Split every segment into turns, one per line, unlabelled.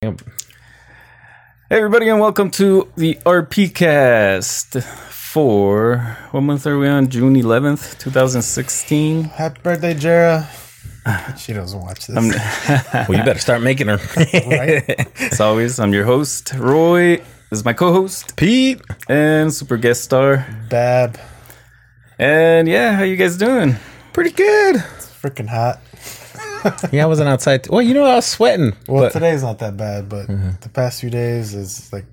Yep. Hey everybody, and welcome to the RP Cast. For what month are we on? June eleventh, two thousand sixteen.
Happy birthday, Jera. She doesn't watch this.
Well, you better start making her.
As always, I'm your host, Roy. This is my co-host
Pete,
and super guest star.
Bab.
And yeah, how you guys doing?
pretty good.
It's freaking hot.
Yeah, I wasn't outside. well, you know, I was sweating.
Well,
but
today's not that bad, but the past few days is like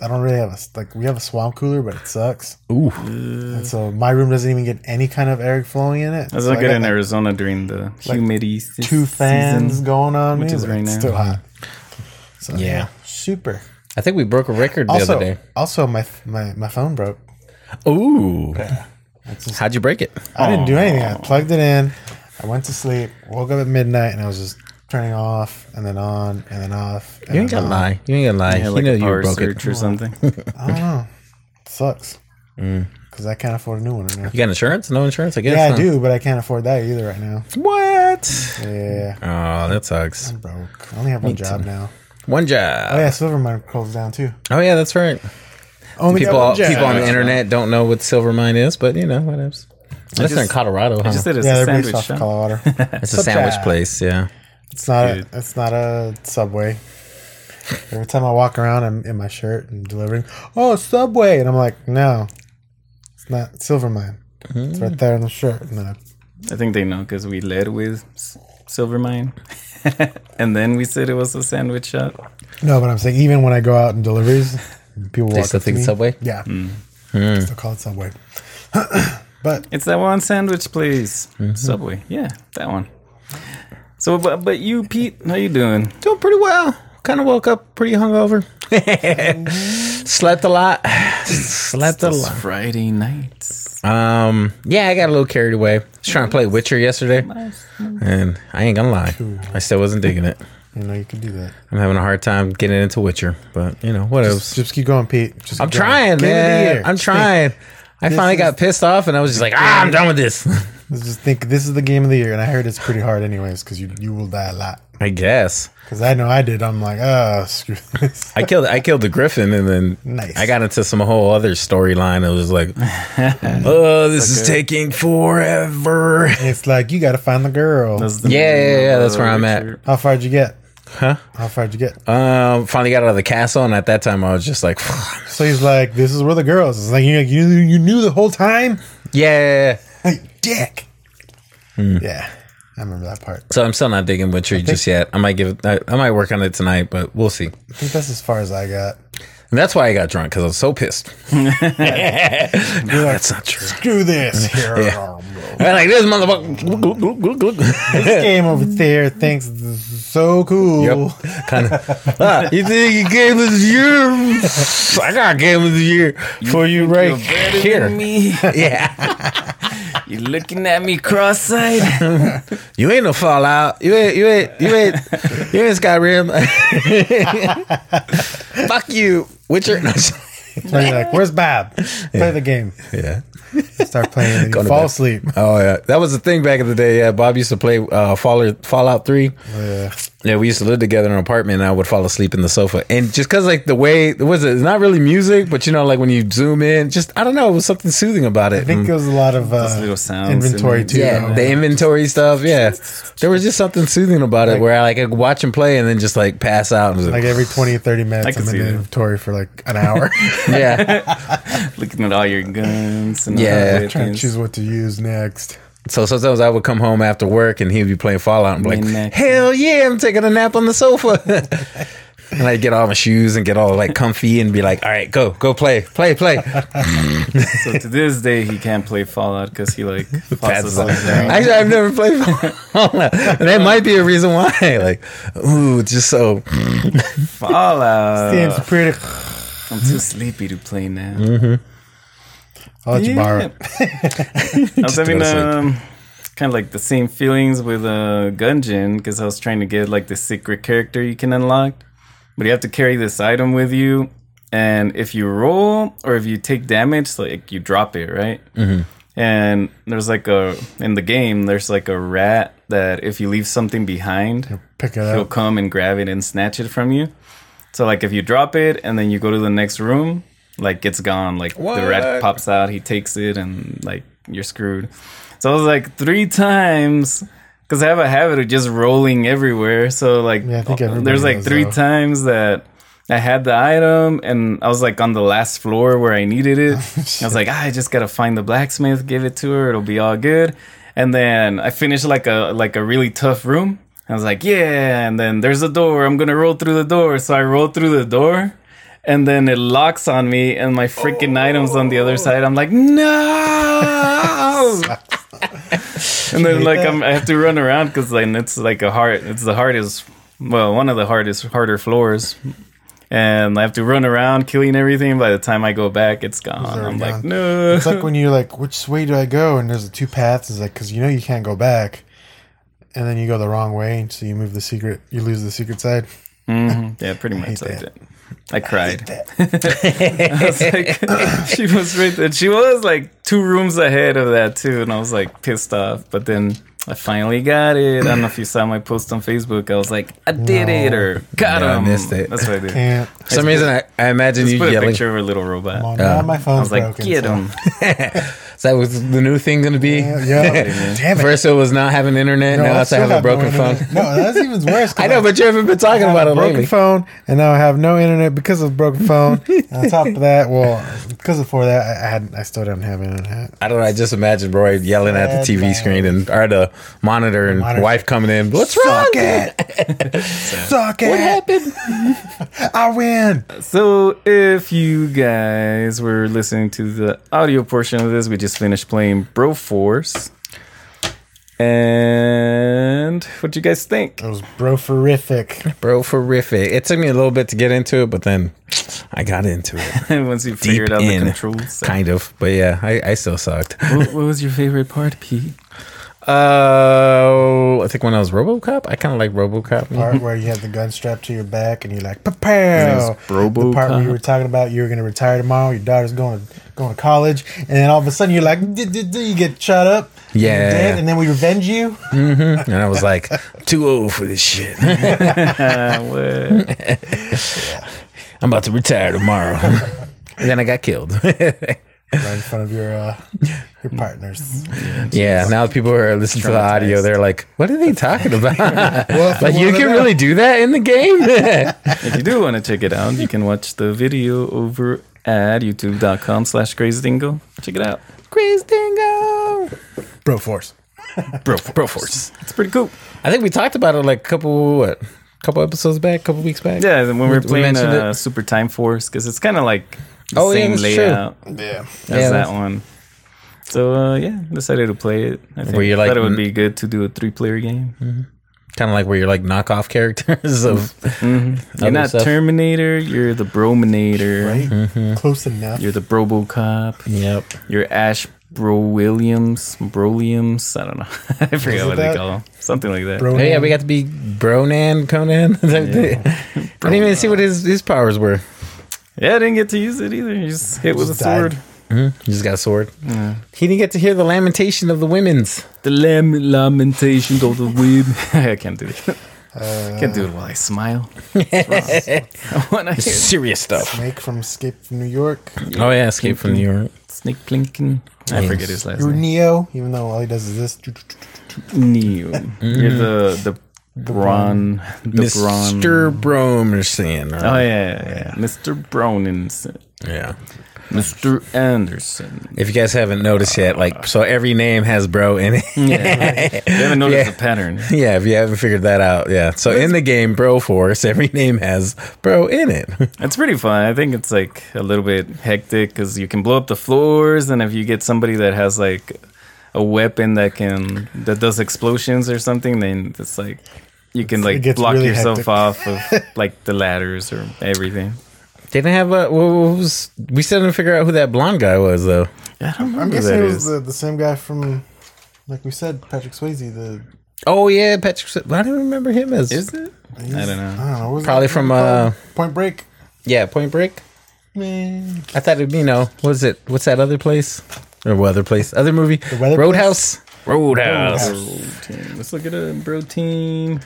I don't really have a like we have a swamp cooler, but it sucks.
ooh,
And so my room doesn't even get any kind of air flowing in it.
I was
so
not good
got,
in
like,
Arizona during the humidity se-
Two fans
season.
going on,
which
me,
is
but
right
it's
now.
still hot. So yeah,
Yeah.
super.
I think we broke a record the
Also,
other day.
also my my my phone broke.
Ooh, how'd you break it?
I didn't do anything. I plugged it in. I went to sleep. Woke up at midnight, and I was just turning off and then on and then off. And
You ain't
then
gonna
on.
lie. You ain't gonna lie.
I had
you
like
know
a
you
power
broke it.
surge or something.
I don't know. sucks.
Mm.
Because I can't afford a new one right now.
You got insurance? No insurance? I guess.
Yeah, I
huh?
do, but I can't afford that either right now.
What?
Yeah,
Oh, that sucks.
I'm broke. I only have one job now.
One
Oh
job.
yeah, Silvermine closed down too.
Oh yeah, that's right.
Only got
People,
one job.
people on the internet don't know what Silvermine is, but you know, whatever. Unless they're in
just-
Colorado,
I
huh?
just said it's
Yeah,
a
they're based
sandwich
off of
shop.
Colorado.
it's a sandwich
Subject.
place. Yeah.
It's not. A,
Dude.
it's not a subway. Every time I walk around, I'm in my shirt and delivering. Oh, subway, and I'm like, no, it's not Silvermine. It's right there in the shirt. And then I
I think they know because we led with S- Silvermine, and then we said it was a sandwich shop.
No, but I'm saying even when I go out in deliveries, people walk
still
up to
think
me.
Subway? Hmm.
Yeah, still call it Subway. but
It's that one sandwich place,
Mm-hmm.
Subway. Yeah, that one. So, but, but you, Pete, how you doing?
Doing pretty well. Kind of woke up pretty hungover. Slept a lot. Slept a
It's
lot.
Friday nights.
Um, yeah, I got a little carried away. I was trying to play Witcher yesterday, and I ain't gonna lie, I still wasn't digging it.
you know you can do that.
I'm having a hard time getting into Witcher, but you know what else?
Just keep going, Pete. Just keep
I'm
going.
trying,
Game of the
man.
year.
I'm trying. I finally got pissed off, and I was just like, ah, I'm done with this.
Let's just think this is the game of the year, and I heard it's pretty hard, anyways, because you you will die a lot.
I guess
Because I know I did. I'm like, ah, screw this.
I killed I killed the Griffin, and then
Nice.
I got into some whole other storyline. It was like, oh, this is taking forever.
it's like you got to find the girl.
That's the
Yeah,
name
yeah,
of
yeah,
the
that's where I'm at.
Witcher.
How far would you get?
Huh?
How far would you get?
Um, finally got out of the castle, and at that time, I was just like,
So he's like, this is where the girls. It's like you you you knew the whole time.
yeah.
Hey, dick. Yeah, I remember that part.
So I'm still not digging Witcher just yet. I might give it. I, I might work on it tonight, but we'll see.
I think that's as far as I got.
And that's why I got drunk because I was so pissed. no, that's not true.
Screw this. Here
I'm like this motherfucker.
This game over there thinks this is so cool.
yep, kind of. Ah, you think you gave us year? I got game of the year for you right
You're better than
here.
me.
Yeah,
You're looking at me cross-eyed.
you ain't no Fallout. You ain't. You ain't. You ain't. You ain't Skyrim. Fuck you, Witcher.
So you're like, where's Bob? Play the game.
yeah.
Start playing it. You
to
fall
bed.
asleep.
Oh yeah, that was the thing back in the day. Yeah, Bob used to play uh, Fallout Fallout Three.
Yeah.
Yeah, we used to live together in an apartment, and I would fall asleep in the sofa. And just because like the way was it? It's not really music, but you know, like when you zoom in, just I don't know, it was something soothing about it.
I think
And-
it was a lot of
little
uh,
sounds
inventory
and-
too.
yeah,
though.
the inventory stuff. Yeah, there was just something soothing about it, where I like I'd watch and play, and then just like pass out. And was
like
like,
every 20 or 30
I
minutes,
can
I'm in
see
the
that.
inventory for like an hour
yeah.
looking at all your guns and all
Yeah.
the
trying to
weapons.
choose what to use next.
So sometimes I would come home after work, and he'd be playing Fallout, and be
Me
like,
next.
"Hell yeah, I'm taking a nap on the sofa." and I'd get all my shoes and get all like comfy, and be like, "All right, go, go play, play, play."
So to this day, he can't play Fallout because he like falls
That's
asleep during
Actually, I've never played Fallout. And that might be a reason why. Like, ooh, it's just so.
Fallout.
Seems pretty.
I'm too sleepy to play now.
Mm-hmm.
I'll let you borrow it.
I was having
go to sleep.
um, kind of like the same feelings with uh, Gungeon because I was trying to get like the secret character you can unlock, but you have to carry this item with you, and if you roll or if you take damage, like you drop it, right? Mm-hmm. and there's like a in the game there's like a rat that if you leave something behind
Pick it
he'll
up.
come and grab it and snatch it from you so like if you drop it and then you go to the next room like it's gone like the rat
What?
pops out he takes it and like you're screwed so it was like three times because i have a habit of just rolling everywhere so like uh,
Yeah, I think
there's
everybody
like
does,
three
though.
times that I had the item and I was like on the last floor where I needed it. I was like, "Ah, I just gotta find the blacksmith, give it to her, it'll be all good. And then I finished like a like a really tough room. I was like, yeah. And then there's a door. I'm gonna roll through the door. So I roll through the door, and then it locks on me, and my freaking items on the other side. I'm like, no. and then like I'm, I have to run around because like it's like a hard. It's the hardest. Well, one of the hardest, harder floors. And I have to run around killing everything. By the time I go back, it's gone.
already
I'm like,
gone.
no.
It's like when you're like, which way do I go? And there's the two paths. It's like because you know you can't go back, and then you go the wrong way, so you move the secret. You lose the secret side.
Mhm. Yeah, pretty much I,
that.
did. I cried. I was like, she was right there. She was like two rooms ahead of that too, and I was like pissed off. But then I finally got it. I don't know if you saw my post on Facebook. I was like, I did it or got
Yeah, I
him.
missed it.
That's what I did.
Can't.
For some reason, I, I imagine you
Just put a
yelling.
picture of a little robot.
Come on,
I
Oh, now my phone's
was like,
broken.
get
so-
him.
Is that what the new thing going to be?
Yeah, yeah. damn it.
First, it was not having internet.
No,
now it's
still
having a
have no
broken phone.
internet. No, that's even worse. 'cause
I know, but you haven't been talking
I have
about
a
it
broken
lately.
phone, and now I have no internet because of broken phone. and on top of that, well, because before that, I, I had I still don't have internet.
I don't know. I just imagine Roy yelling at the TV
Headline.
screen and or the monitor and
Monitor.
wife coming in. What's wrong?
Suck it, suck
What
it.
happened?
I win.
So, if you guys were listening to the audio portion of this, we just finished playing Bro Force. And what do you guys think?
It was broferific.
Bro, horrific. It took me a little bit to get into it, but then I got into it,
Once you
deep
figured out
in,
the controls.
kind of. But yeah, I, I still sucked.
what, what was your favorite part, Pete?
Uh, I think when I was RoboCop, I kind of like RoboCop.
Part where you have the gun strapped to your back and you're like, prepare.
His name's
The part where you
Robocop.
were talking about you were going to retire tomorrow, your daughter's going to, going to college, and then all of a sudden you're like, "D- d- d-" you get shot up. and you're
Yeah.
dead, and then we revenge you.
Mm-hmm. and I was like, too old for this shit.
Uh, what?
I'm about to retire tomorrow. and then I got killed.
right in front of your uh, your partners.
yeah. Now people who are listening to the audio, they're like, what are they talking about?
Well, if
like, you
wanna
can
know-
really do that in the game?
if you do want to check it out, you can watch the video over at youtube.com slash crazydingo. Check it out.
Chris Dingo.
bro force.
Bro, bro force.
It's pretty cool.
I think we talked about it like a couple, what? Couple episodes back, couple weeks back.
Yeah, when we were
we
playing
mentioned
uh,
it.
Super Time Force, because it's kind of like the
Oh, yeah,
same
that's true.
layout
Yeah.
as
Yeah,
that
that's-
one. So, uh, yeah, decided to play it. I think
Were you like-
thought it would be good to do a three player game.
Kind of like where you're like knockoff characters of.
Mm-hmm. You're
Mm-hmm. Other
not
stuff.
Terminator, you're the Brominator,
Right? Close enough.
you're the Brobocop.
Yep.
Your Ash Bro Williams, Broliums, I don't know. I forget
Isn't
what they
that-
call 'em. something like that.
Bro,
Oh, yeah, we got to be Bronan Conan. I didn't even see what his, his powers were.
Yeah, I didn't get to use it either. You just hit with
Just
a
died.
sword. Mm-hmm.
He just got a sword. He didn't get to hear the lamentation of the women's.
The lam- lamentation of the wind. I can't do it.
uh,
can't do it while I smile. I want to hear
Serious stuff.
Snake from Escape from New York.
Oh yeah, Escape from New York.
Snake Plissken. I
Yes.
forget his last
You're
name.
Neo, even though all he does is this.
Neo. You're the the Bron. The Bron. uh,
Mr. Bromerson.
Oh yeah, yeah, yeah. Mr. Broninson.
yeah.
Mr. Anderson.
If you guys haven't noticed yet, like so every name has bro in it.
Yeah. you haven't noticed
Yeah.
the pattern.
yeah, if you haven't figured that out, yeah. So in the game Bro Force, every name has bro in it.
It's pretty fun. I think it's like a little bit hectic because you can blow up the floors, and if you get somebody that has like a weapon that can that does explosions or something, then it's like you can
it
like
gets
block
really
yourself
hectic.
off of like the ladders or everything.
Didn't have a what was we still didn't figure out who that blonde guy was though.
I don't
I'm
remember who
guessing
that
it was
is.
the, the same guy from, like we said, Patrick Swayze. The
Oh yeah, Patrick I don't remember him as
Is it? I don't know.
I don't know. what was
Probably
that
from,
called?
uh,
Point Break.
Yeah, Point Break.
Man,
I thought it'd be, you know, what is it? What's that other place? Or what other place? Other movie?
Weather Place?
Roadhouse.
Roadhouse.
Roadhouse.
Protein. Let's look at a protein.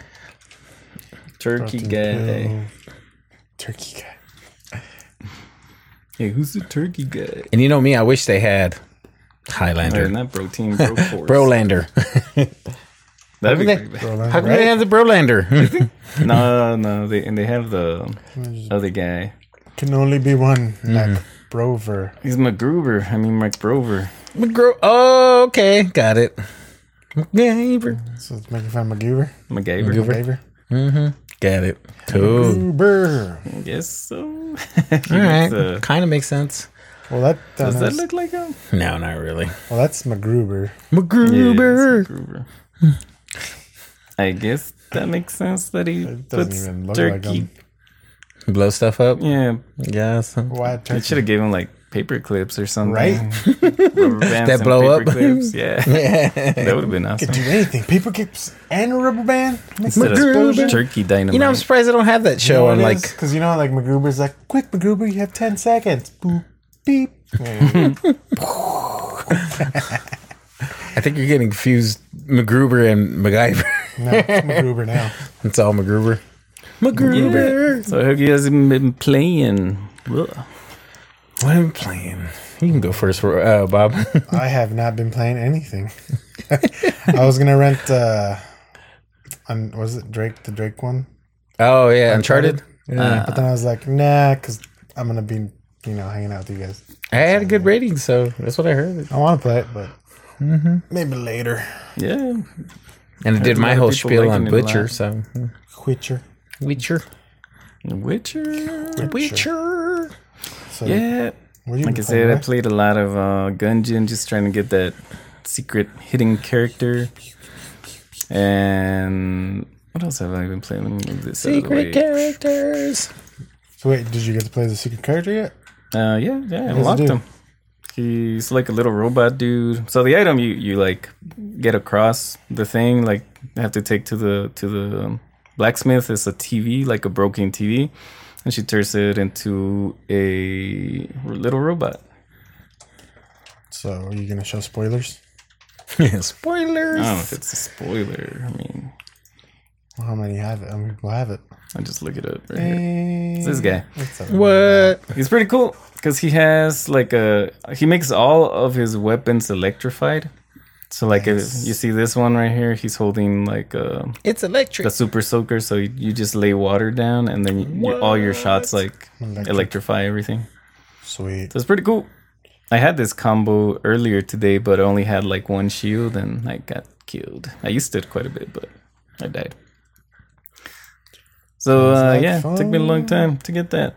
Turkey guy.
Turkey guy.
Hey, who's the turkey guy?
And you know me, I wish they had
Or
Highlander.
not protein, bro force.
Brolander.
That'd be
Haven't
pretty
Bro,
bad.
like,
How come
right?
they have the Brolander?
No, no, they and they have the other guy.
Can only be one. Like Brover.
He's MacGruber. I mean, Mike Brover.
McGro- oh, okay. Got it. MacGyver.
So it's making fun of MacGyver.
MacGyver.
MacGyver.
mm-hmm, Got it. Cool.
Goober.
I guess so.
All right.
Uh,
kind of makes sense.
Well, that, that,
Does that look like him?
No, not really.
well, that's MacGruber.
Yeah, it's
MacGruber.
MacGruber. I guess that makes sense that he
It doesn't
puts
even look like
turkey.
him.
Blow stuff up.
Yeah,
Yeah. so-
Why
I
turkey?
should have given him like paper clips or something.
Right?
Rubber bands
That
and
blow
paper
up?
clips. Yeah,
you
that would have been awesome.
Could do anything. Paper clips and a rubber band.
Instead of
MacGruber.
turkey dynamite.
know, I'm surprised I don't have that show on like.
because you know, like MacGruber's like, quick, MacGruber, you have ten seconds. Boop, beep. Yeah.
I think you're getting confused. MacGruber and MacGyver.
no, it's MacGruber now.
it's all MacGruber.
Yeah.
MacGruber.
So Hoogie hasn't been playing. Ugh.
What am I playing? You can go first, uh, Bob.
I have not been playing anything. I was gonna rent. uh on, Was it Drake? The Drake one.
oh yeah, Uncharted.
Yeah.
Uh,
Uh,
but then I was like, nah, because I'm gonna be, you know, hanging out with you guys.
I had a good rating, so that's what I heard.
I want to play it, but
Mm-hmm.
maybe later.
Yeah,
And it did
a
my
lot of
whole
people
spiel on
liking it a
Butcher,
lot.
so mm.
Witcher.
Witcher,
Witcher.
Witcher.
So
Yeah.
what you
Like I
been
said,
playing,
I
Ray?
played a lot of uh, Gungeon, just trying to get that secret hidden character. And what else have I been playing? Let me move this out of the way.
Secret characters.
So wait, did you get to play the secret character yet?
Uh, yeah, yeah, I
it
unlocked
do?
him. He's like a little robot dude. So the item you you like get across the thing, like have to take to the to the um, blacksmith is a TV, like a broken TV, and she turns it into a little robot.
So are you gonna show spoilers?
I
Spoilers.
don't know if it's a spoiler. I mean,
Well, how many have it? How many people have it?
I just look it up right here. It's this guy.
It's a-
What?
He's pretty cool because he has like a he makes all of his weapons electrified. So like if you see this one right here, he's holding like a
It's electric.
the super soaker. So you, you just lay water down and then you, you- all your shots like
Electric.
electrify everything.
Sweet.
So it's pretty cool. I had this combo earlier today, but I only had like one shield and I got killed. I used it quite a bit, but I died. So uh,
like
yeah, it took me a long time to get that.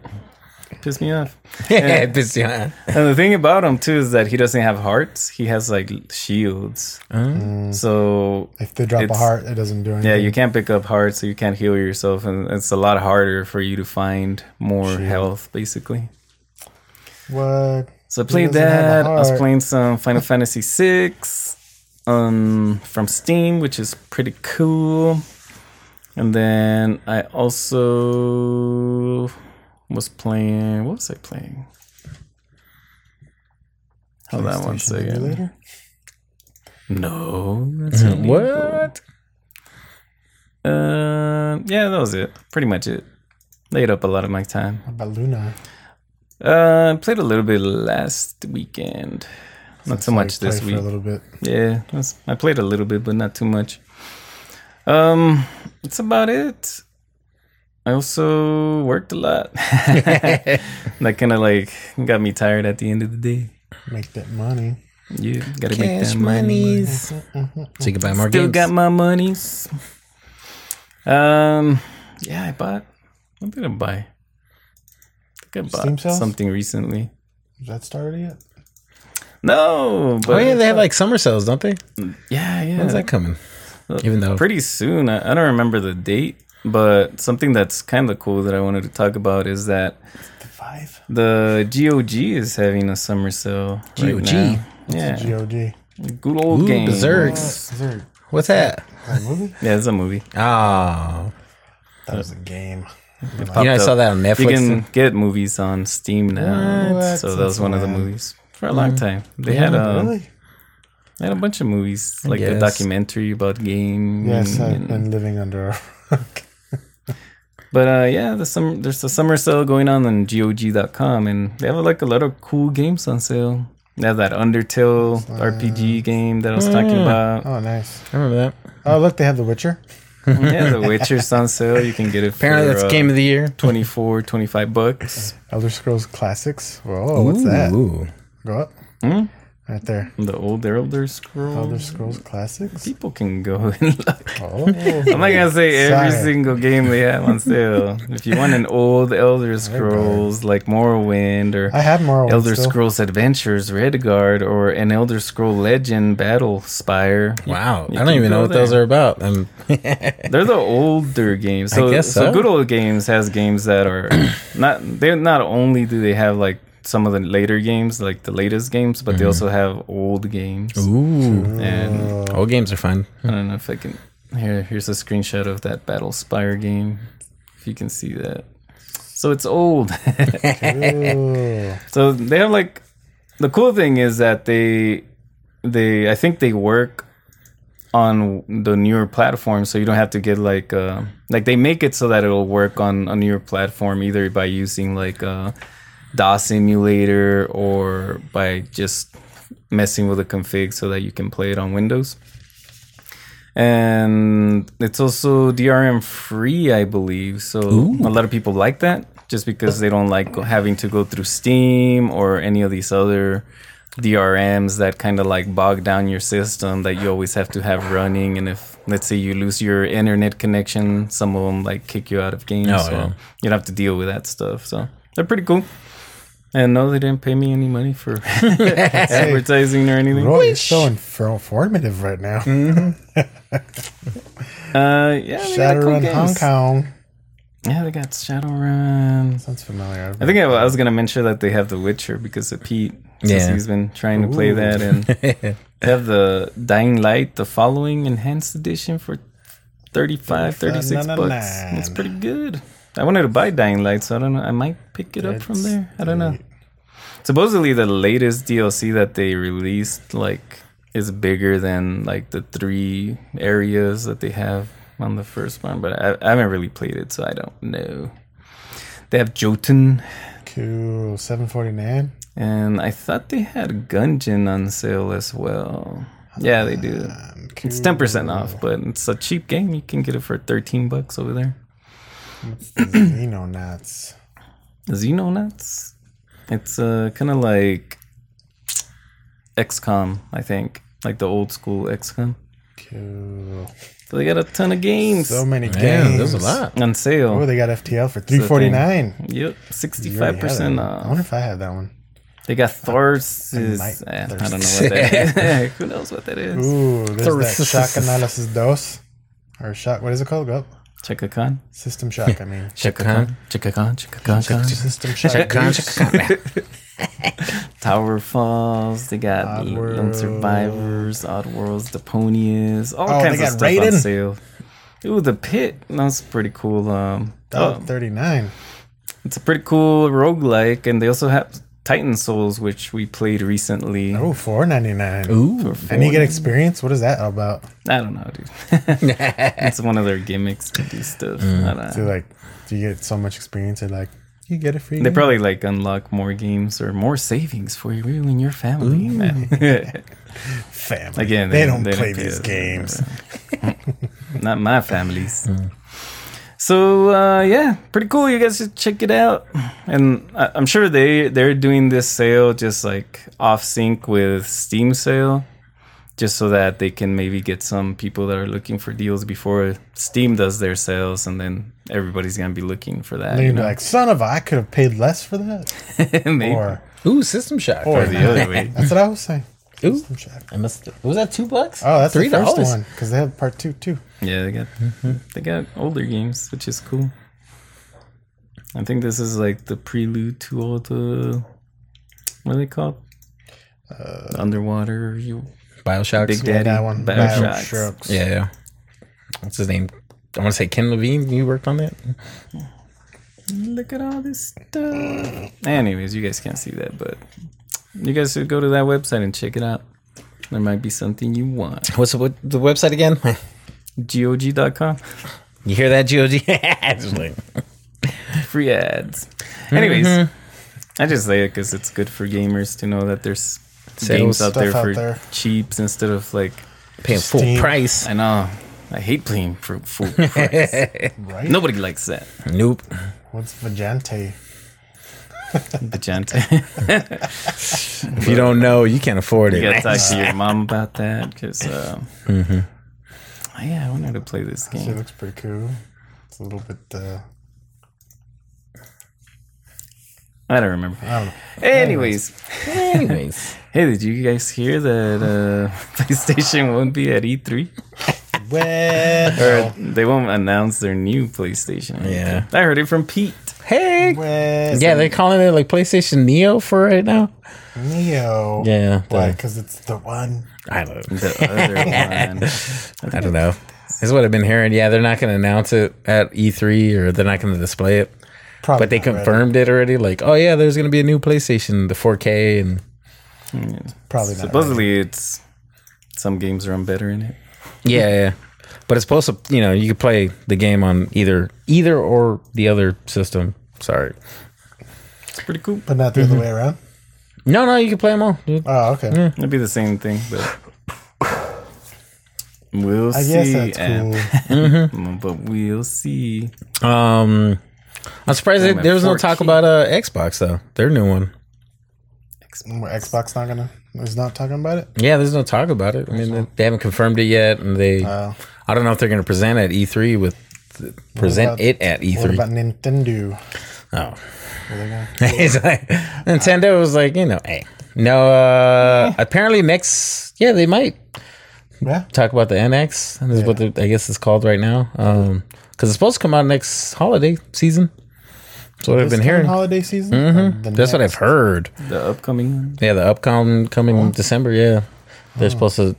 Pissed me off.
Yeah, this- yeah.
And the thing about him too is that he doesn't have hearts. He has like shields.
Mm,
Mm.
So
If they drop a
It's-
heart, it doesn't do anything.
yeah, you can't pick up hearts, so you can't heal yourself, and it's a lot harder for you to find more health, basically.
What?
So I
He
played
doesn't have a
that. I was
heart.
playing some Final Fantasy VI um, from Steam, which is pretty cool. And then I also was playing. What was I playing? Hold on one
PlayStation
second.
emulator?
No, that's not me.
What?
Uh, yeah, that was it. Pretty much it. Laid up a lot of my time.
What about Luna?
Uh, I played a little bit last weekend. Not so
So you
much this
play
week.
For a little bit.
Yeah, that's, I played a little bit, but not too much. Um, that's about it. I also worked a lot. that kind of like got me tired at the end of the day.
Make that money.
Yeah, gotta make
Cash
that money. Mm-hmm,
monies. So you can buy more
Still
games.
got my monies. Um, yeah, I bought. What did I buy? I think I
Steam
bought
sales?
something recently.
Is that started yet?
No, but
oh yeah, they have like summer sales, don't they?
yeah, yeah. Uh,
When's that coming? Even though
pretty soon. I, I don't remember the date, but something that's kind of cool that I wanted to talk about is that
The five.
the GOG is having a summer sale. right
GOG?
now. Yeah,
God.
good old
Ooh,
game.
Berserks.
Is there
What's that?
a movie?
Yeah, it's a movie.
Oh,
That was a game.
It
you know I
popped
saw
up.
that on Netflix.
You can get movies on Steam now,
What?
so that was one of the
Man.
movies. for a long time. They had um, a
Really?
they had a bunch of movies, like the
guess.
documentary about game.
Yes, uh,
and-
I've been living under a rock.
But uh, yeah, the summer, there's a summer sale going on on GOG.com, and they have like a lot of cool games on sale. They have that Undertale RPG game that I was talking about.
Oh, nice.
I remember that.
Oh, look, they have The Witcher.
yeah, The Witcher's on sale. You can get it.
Apparently,
for,
that's
uh,
game of the year.
24, 25 bucks.
Elder Scrolls Classics.
Oh,
Whoa, what's that?
Ooh.
Go up. Right there.
Hmm? The old Elder Scrolls.
Elder Scrolls Classics.
People can go and look.
Oh.
I'm not gonna say every
Sorry.
single game they have on sale. if you want an old Elder Scrolls like Morrowind or
I have
Oh,
Morrowind.
Elder
still.
Scrolls Adventures Redguard or an Elder Scroll Legend Battle Spire,
Wow.
you
I don't
can
even
go
know what those
there.
are about. Um,
they're the older games. So,
guess
so
so.
good old games has games that are not. They not only do they have like some of the later games, like the latest games, but they also have old games.
Mm-hmm. ooh.
And
Old games are fun.
I don't know if I can. Here, here's a screenshot of that Battle Spire game. If you can see that. So it's old.
Ooh.
so they have like the cool thing is that they they I think they work on the newer platform, so you don't have to get like uh, like they make it so that it'll work on a newer platform either by using like uh, a DOS simulator or by just messing with the config so that you can play it on Windows. And it's also DRM free, I believe. So a lot of people like that just because they don't like having to go through Steam or any of these other DRMs that kind of like bog down your system that you always have to have running. And if, let's say, you lose your internet connection, some of them like kick you out of games.
Oh,
so
yeah.
you don't have to deal with that stuff. So they're pretty cool. And no, they didn't pay me any money for advertising or anything.
Roy, you're so infor- informative right now.
Uh, Mm, yeah, they got cool
Shadowrun
games.
Hong Kong.
Yeah, they got Shadowrun.
Sounds familiar.
I think I, I was gonna mention that they have The Witcher because of Pete. Yeah,
Yeah.
he's been trying to play that, and they have the Dying Light, the following enhanced edition for 35 36 bucks.
$35.99.
It's pretty good. I wanted to buy Dying Light, so I don't know. I might pick it up from
That's
there. I don't know. Supposedly, the latest DLC that they released like is bigger than like the three areas that they have on the first one, but I, I haven't really played it, so I don't know. They have Jotun,
Cool. 749.
and I thought they had Gungeon on sale as well. Yeah, they do.
Um, cool.
It's ten percent off, but it's a cheap game. You can get it for thirteen bucks over there.
Xenonauts.
Xenonauts. It's uh, kind of like XCOM, I think, like the old school XCOM.
Cool.
So they got a ton of games
So many
Damn,
games.
there's a lot.
on
Oh,
sale.
they got FTL for 349
Yep,
You already
sixty-five
had
percent
that one. I
off.
wonder if I have that one.
They got Thor's. eh,
might-
I don't know what that is. Who knows what that is?
Ooh, there's that
Thirst.
shock analysis dose. Or shock, what is it called? Go up.
Chaka Khan.
System shock, I mean.
Chaka Khan. Chaka Khan. Chaka Khan.
System shock.
Tower Falls. They got
Oddworld.
Lone Survivors, Oddworlds, Deponias, all
Oh,
kinds
they
of
got
stuff on
Raiden.
sale. Ooh, the pit. That's pretty cool. Um,
Oh,
oh,
39.
it's a pretty cool roguelike, and they also have Titan Souls, which we played recently.
Oh, 499.
Ooh.
And you get experience? What is that about?
I don't know, dude. it's one of their gimmicks to do stuff. I don't
Do
know.
like, do you get so much experience? They're like, you get it free.
They probably like unlock more games or more savings for you and your family. man.
family.
Again,
they,
they-
don't
they don't
play
pay us.
these games.
Not my families. So uh, yeah, pretty cool. You guys should check it out. And I- I'm sure they they're doing this sale just like off sync with Steam sale, just so that they can maybe get some people that are looking for deals before Steam does their sales, and then everybody's gonna be looking for that.
They're
You
gonna be
know?
like, son of a, I could have paid less for that.
Maybe.
Or,
Ooh, System Shock.
or
the other way.
That's what I was saying.
Ooh.
System shock.
I must. Was that two bucks?
Oh, that's the first
dollars.
one because they have part two too.
Yeah, they got
Mm-hmm.
they got older games, which is cool. I think this is like the prelude to all the what are they called? The underwater you
Bioshocks.
Big Daddy
Uh, that one.
Bioshocks.
Bioshocks.
Yeah, yeah. What's his name? I want to say Ken Levine. You worked on that.
Look at all this stuff. Anyways, you guys can't see that, but You guys should go to that website and check it out. There might be something you want.
What's the, what, the website again?
GOG.com.
you hear that, GOG? It's like-
Free ads.
Mm-hmm.
Anyways, I just say it because it's good for gamers to know that there's
Sales
games out there
stuff out
for
there.
cheaps instead of like,
Paying full
Steam.
price.
I know. I hate playing for full price.
Right?
Nobody likes that.
Nope.
What's Vagente?
The gent.
If you don't know, you can't afford it.
You gotta talk to your mom about that because. Uh,
Mm-hmm.
oh, yeah, I wanted to play this
She
game.
looks pretty cool. It's a little bit. Uh,
I don't remember.
I don't know.
Anyways,
Anyways,
hey, did you guys hear that uh, PlayStation won't be at E3?
Well,
Or they won't announce their new PlayStation. I
Yeah.
think. I heard it from Pete.
hey.
well,
Yeah, they're calling it like PlayStation Neo for right now.
Neo.
Yeah,
Why?
the-
Because it's the one.
I don't.
The other one.
I don't know. Is what I've been hearing. Yeah, they're not going to announce it at E3 or they're not going to display it.
Probably
But they
not ready.
confirmed it already. Like, oh yeah, there's going to be a new PlayStation, the 4K, and
Probably not. ready.
Supposedly, it's some games run better in it.
yeah, yeah. But it's supposed to, you know, you could play the game on either either or the other system. Sorry.
It's pretty cool.
But not the
Mm-hmm.
other way around.
No, no, you can play them all. dude.
Oh, okay.
Mm.
It'd be the same thing, but we'll
I
see.
guess that's
and- mm,
cool.
But we'll see.
Um, I'm surprised
Damn
that
it,
there was no
4K.
talk about uh, Xbox though. Their new one.
Xbox not gonna is not talking about it.
Yeah, there's no talk about it. I mean, they- they haven't confirmed it yet, and they.
Oh.
I don't know if they're going to present at E3 with present
about-
it at E3.
What about Nintendo?
Oh.
Are they gonna-
It's like- Nintendo was like, you know, hey. No, uh, apparently next, yeah, they might
Yeah.
talk about the NX. This is what the, I guess it's called right now. Um, because it's supposed to come out next holiday season. That's what I've
This
been
coming
hearing. Mm-hmm.
holiday season. Or the
That's what I've
next?
heard.
The upcoming one.
Yeah, the upcoming coming December. Yeah, they're supposed to.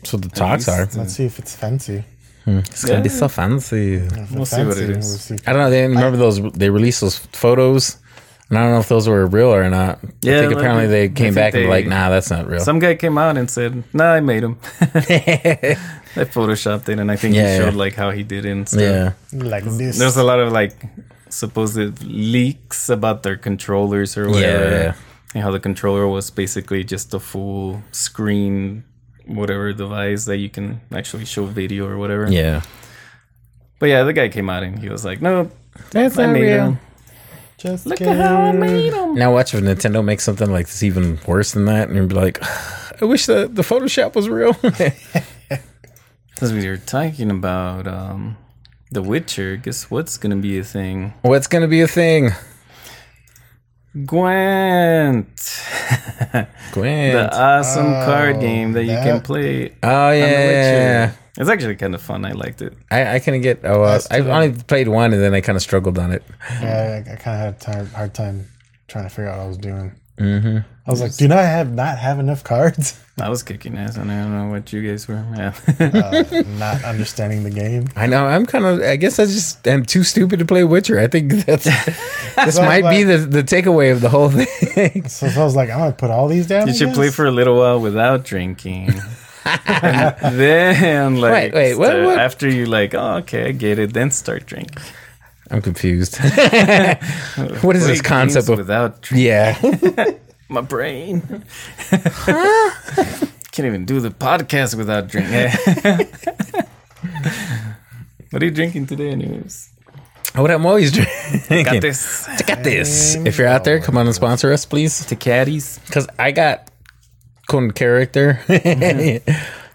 That's what the talks are.
least-
Let's see if it's fancy.
It's gonna be so fancy.
If
We'll
it's
see what it
fancy,
is.
we'll see.
I don't know. They didn't remember those. They released those photos, and I don't know if those were real or not.
Yeah,
I think
like,
apparently they
I
came
think
back and were like,
they-
"Nah, that's not real."
Some guy came out and said, "Nah, I made him." I photoshopped it, and I think
Yeah.
he showed like how he did it. And stuff.
yeah,
Like this.
There's a lot of like supposed leaks about their controllers or whatever.
Yeah.
And how the controller was basically just a full screen, whatever device that you can actually show video or whatever.
yeah.
But yeah, the guy came out and he was like, "Nope,
That's
I made him."
Just
Look at how I made him.
Now watch if Nintendo makes something like this even worse than that, and you'd be like, "I wish the the Photoshop was real."
Since we were talking about um, The Witcher, guess what's gonna be a thing?
What's gonna be a thing?
Gwent,
Gwent.
the awesome card game that, you can
that-
play. on
oh yeah,
The
yeah, yeah.
Witcher. It's actually kind of fun. I liked it.
I, I couldn't get. Oh, uh,
That's
I
too-
only played one, and then I kind of struggled on it.
Yeah, I, I kind of had a time, hard time trying to figure out what I was doing. Mm-hmm. I was like, do not have not have enough cards?
I was kicking ass, and I don't know what you guys were. Yeah.
Uh, not understanding the game.
I know. I'm kind of. I guess I just am too stupid to play Witcher. I think that's this
So I'm
might be
like-
the, the takeaway of the whole thing.
So, so I was like, I'm gonna put all these down.
you
I
should play
guess?
for a little while without drinking. and then, like,
Wait, wait, what-
start-
what-
after you, like, oh, okay, I get it. Then start drinking.
I'm confused. what is
Play
this
games
concept of?
without drinking?
Yeah,
My brain. Can't even do the podcast without drinking. what are you drinking today, anyways?
what I'm always drinking.
Got this.
Got this. If you're out there, come on and sponsor us, please.
Tecaddies.
Because I got con character.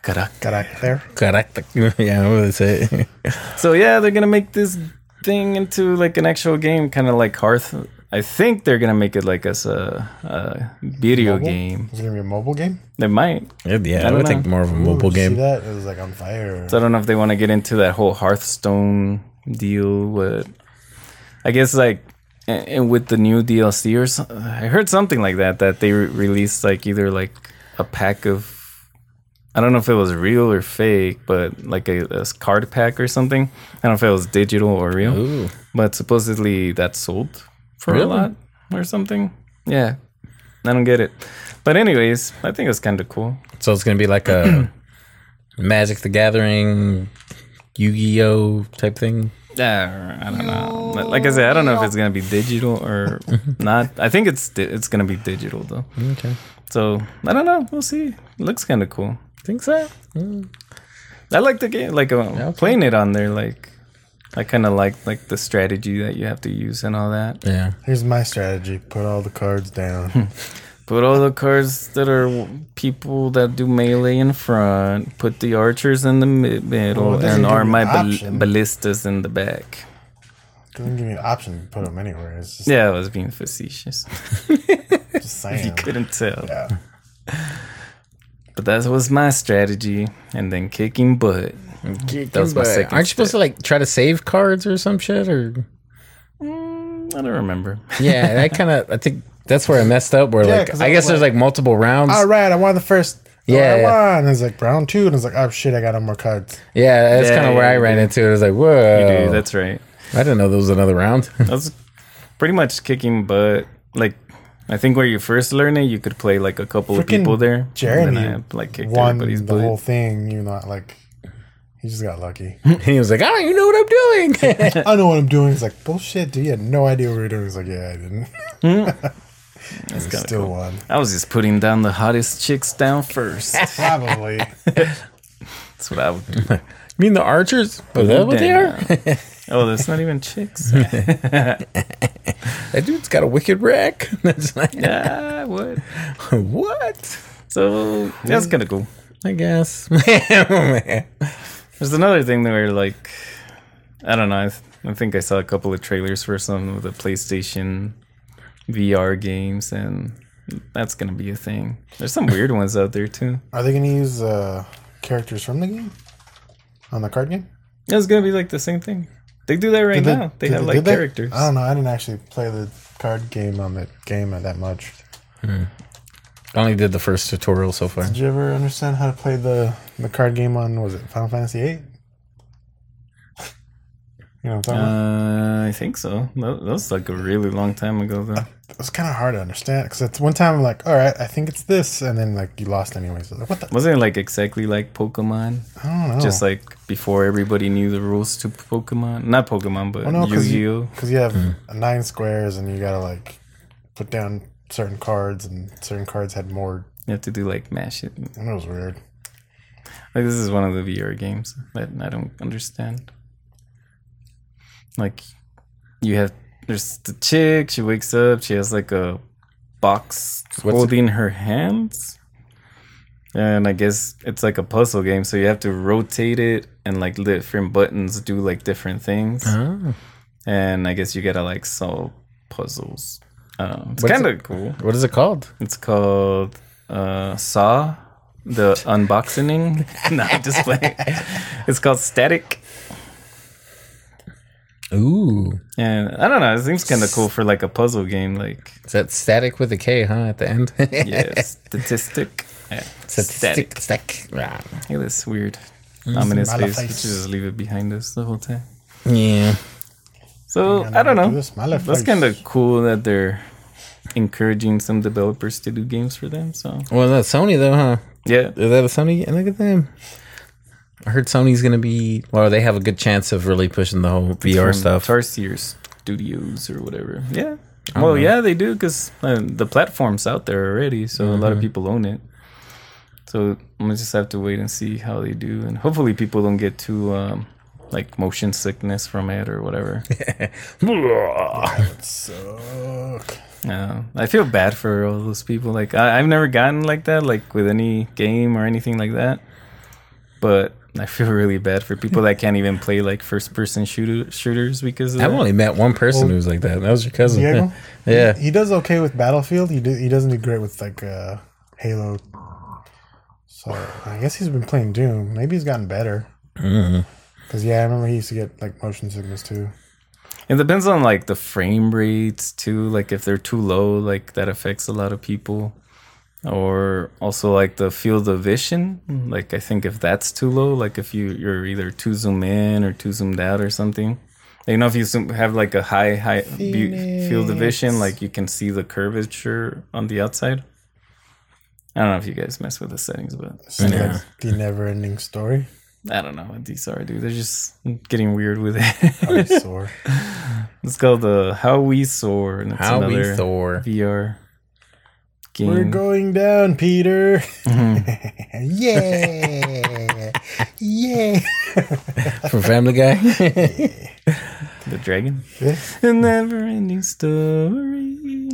Got out there.
Character. Yeah, what is it?
So yeah, they're gonna make this thing into like an actual game, kind of like Hearth. I think they're gonna make it like as a, a video
Mobile?
game.
Is it gonna be a mobile game?
They might.
Yeah, I
don't
would
know.
think more of a
Ooh,
mobile
did you
game.
See that? It was like on fire.
So I don't know if they want to get into that whole Hearthstone deal, but I guess like a- and with the new DLC or so, I heard something like that that they re- released like either like a pack of I don't know if it was real or fake, but like a, a card pack or something. I don't know if it was digital or real,
Ooh.
but supposedly that sold for
Really?
a lot or something. Yeah. I don't get it. But anyways, I think it's kind of cool.
So it's gonna be like a Magic the Gathering, Yu Gi Oh type thing.
Yeah, Uh, I don't know. But Like I said, I don't know if it's gonna be digital or not. I think it's di- it's gonna be digital though.
Okay,
So I don't know. We'll see. looks kind of cool.
think so.
I like the game. Like uh,
okay.
playing it on there. Like I kind of like like the strategy that you have to use and all that.
Yeah,
Here's my strategy: put all the cards down.
Put all the cards that are w- people that do melee in front. Put the archers in the mi- middle,
Well, it
and
doesn't give
arm
you
my
an
bal-
option.
ballistas in the back.
Doesn't give me an option to put them anywhere. It's just,
Yeah, I was being facetious.
just
You
saying.
couldn't tell.
Yeah.
But that was my strategy, and then kicking butt. That was my second.
Aren't you supposed to like try to save cards or some shit or?
to? Mm, I don't remember.
Yeah, that kind of. I think that's where I messed up. Where
Yeah,
like
'cause
I
I
guess
was
there's like multiple rounds.
All right, I won the first.
Yeah,
Yeah, I
yeah.
won. And it's like round two, and it's like, oh shit, I got no more cards.
Yeah, that's
Yeah,
kind of where
yeah,
I ran
yeah.
into it. I was like, whoa,
You
Oh.
do, that's right.
I didn't know there was another round.
That was pretty much kicking butt. Like, I think where you first learn it, you could play like a couple of
Freaking
people there. and
Jeremy
then I, like kicked
won
everybody's
the
butt.
whole thing. You know, like he just got lucky.
he was like, I don't even know what I'm doing.
I know what I'm doing. It's like bullshit. Dude, you had no idea what we were doing. He's like, yeah, I didn't.
That's kinda
Still
cool.
won.
I was just putting down the hottest chicks down first.
Probably.
That's what I would do.
you mean the archers? Was Oh, that what they are?
Damn. oh, that's not even chicks.
That dude's got a wicked rack. That's like,
yeah, what?
what?
So that's kind of cool.
I guess. oh, Man.
There's another thing that were like, I don't know. I, th- I think I saw a couple of trailers for some of the PlayStation VR games, and that's gonna be a thing. There's some weird ones out there too.
Are they going to use uh, characters from the game on the card game?
It's gonna be like the same thing. They do that right now. They
did
have
did
like characters.
I don't know. I didn't actually play the card game on the game that much.
I only did the first tutorial so far.
Did you ever understand how to play the the card game on was it Final Fantasy VIII? You know, what I'm talking about?
Uh, I think so. Tho- That was like a really long time ago, though.
it was kind of hard to understand because it's one time I'm like, all right, I think it's this, and then like you lost anyways. I was like, what the?
Wasn't it like exactly like Pokemon?
I don't know.
Just like before everybody knew the rules to Pokemon. Not Pokemon, but
Well,
Yu
no, because
Gi Oh!
you, 'cause you have nine squares, and you gotta like put down certain cards, and certain cards had more.
You have to do like mash it.
And it was weird.
Like this is one of the VR games that I don't understand. Like you have there's the chick, she wakes up, she has like a box
What's-
holding her hands. And I guess it's like a puzzle game, so you have to rotate it and like different buttons do like different things.
Oh.
And I guess you gotta like solve puzzles. I don't know. It's
What's
kind of cool.
What is it called?
It's called uh, Saw, the unboxing. no, I'm just playing. It's called Static.
Ooh.
And I don't know. It seems kind of cool for like a puzzle game. Like,
Is that static with a K, huh? At the end?
yeah, statistic. Yeah,
Static.
static.
Static. Ah.
Look at this weird ominous
Smiley
face. We should
face.
just leave it behind us the whole time.
Yeah.
So
You're
I don't
gonna
know.
do the smiley
That's
face.
kind of cool that they're encouraging some developers to do games for them. So
Well, that's Sony, though, huh?
yeah,
Is that a Sony? Look at them. I heard Sony's going to be, or they have a good chance of really pushing the whole VR
from
stuff.
Tarsier Studios or whatever. Yeah. Well, yeah, they do because the platform's out there already, so a lot of people own it. So I'm gonna just have to wait and see how they do, and hopefully people don't get too um, like motion sickness from it or whatever.
That suck.
Yeah, I feel bad for all those people. Like I, I've never gotten like that, like with any game or anything like that. But I feel really bad for people that can't even play like first-person shooter shooters because of
I've
that.
only met one person who was like that. and That was your cousin.
Diego?
yeah.
He does okay with Battlefield. He do, he doesn't do great with like uh, Halo. So I guess he's been playing Doom. Maybe he's gotten better.
Mm-hmm.
Because yeah, I remember he used to get like motion sickness too.
It depends on like the frame rates too. Like if they're too low, like that affects a lot of people. Or also like the field of vision. Like I think if that's too low, like if you you're either too zoomed in or too zoomed out or something, You know, if you zoom- have like a high, high bu- field of vision,
Phoenix.
like you can see the curvature on the outside. I don't know if you guys mess with the settings, but
Sounds like the never ending story.
I don't know what these are, dude. They're just getting weird with it.
Probably sore.
Let's go the How We Soar. And it's
How we
another
Thor.
VR game.
We're going down, Peter.
Mm-hmm.
yeah. yeah.
From Family Guy.
the dragon.
Yeah.
A never ending story.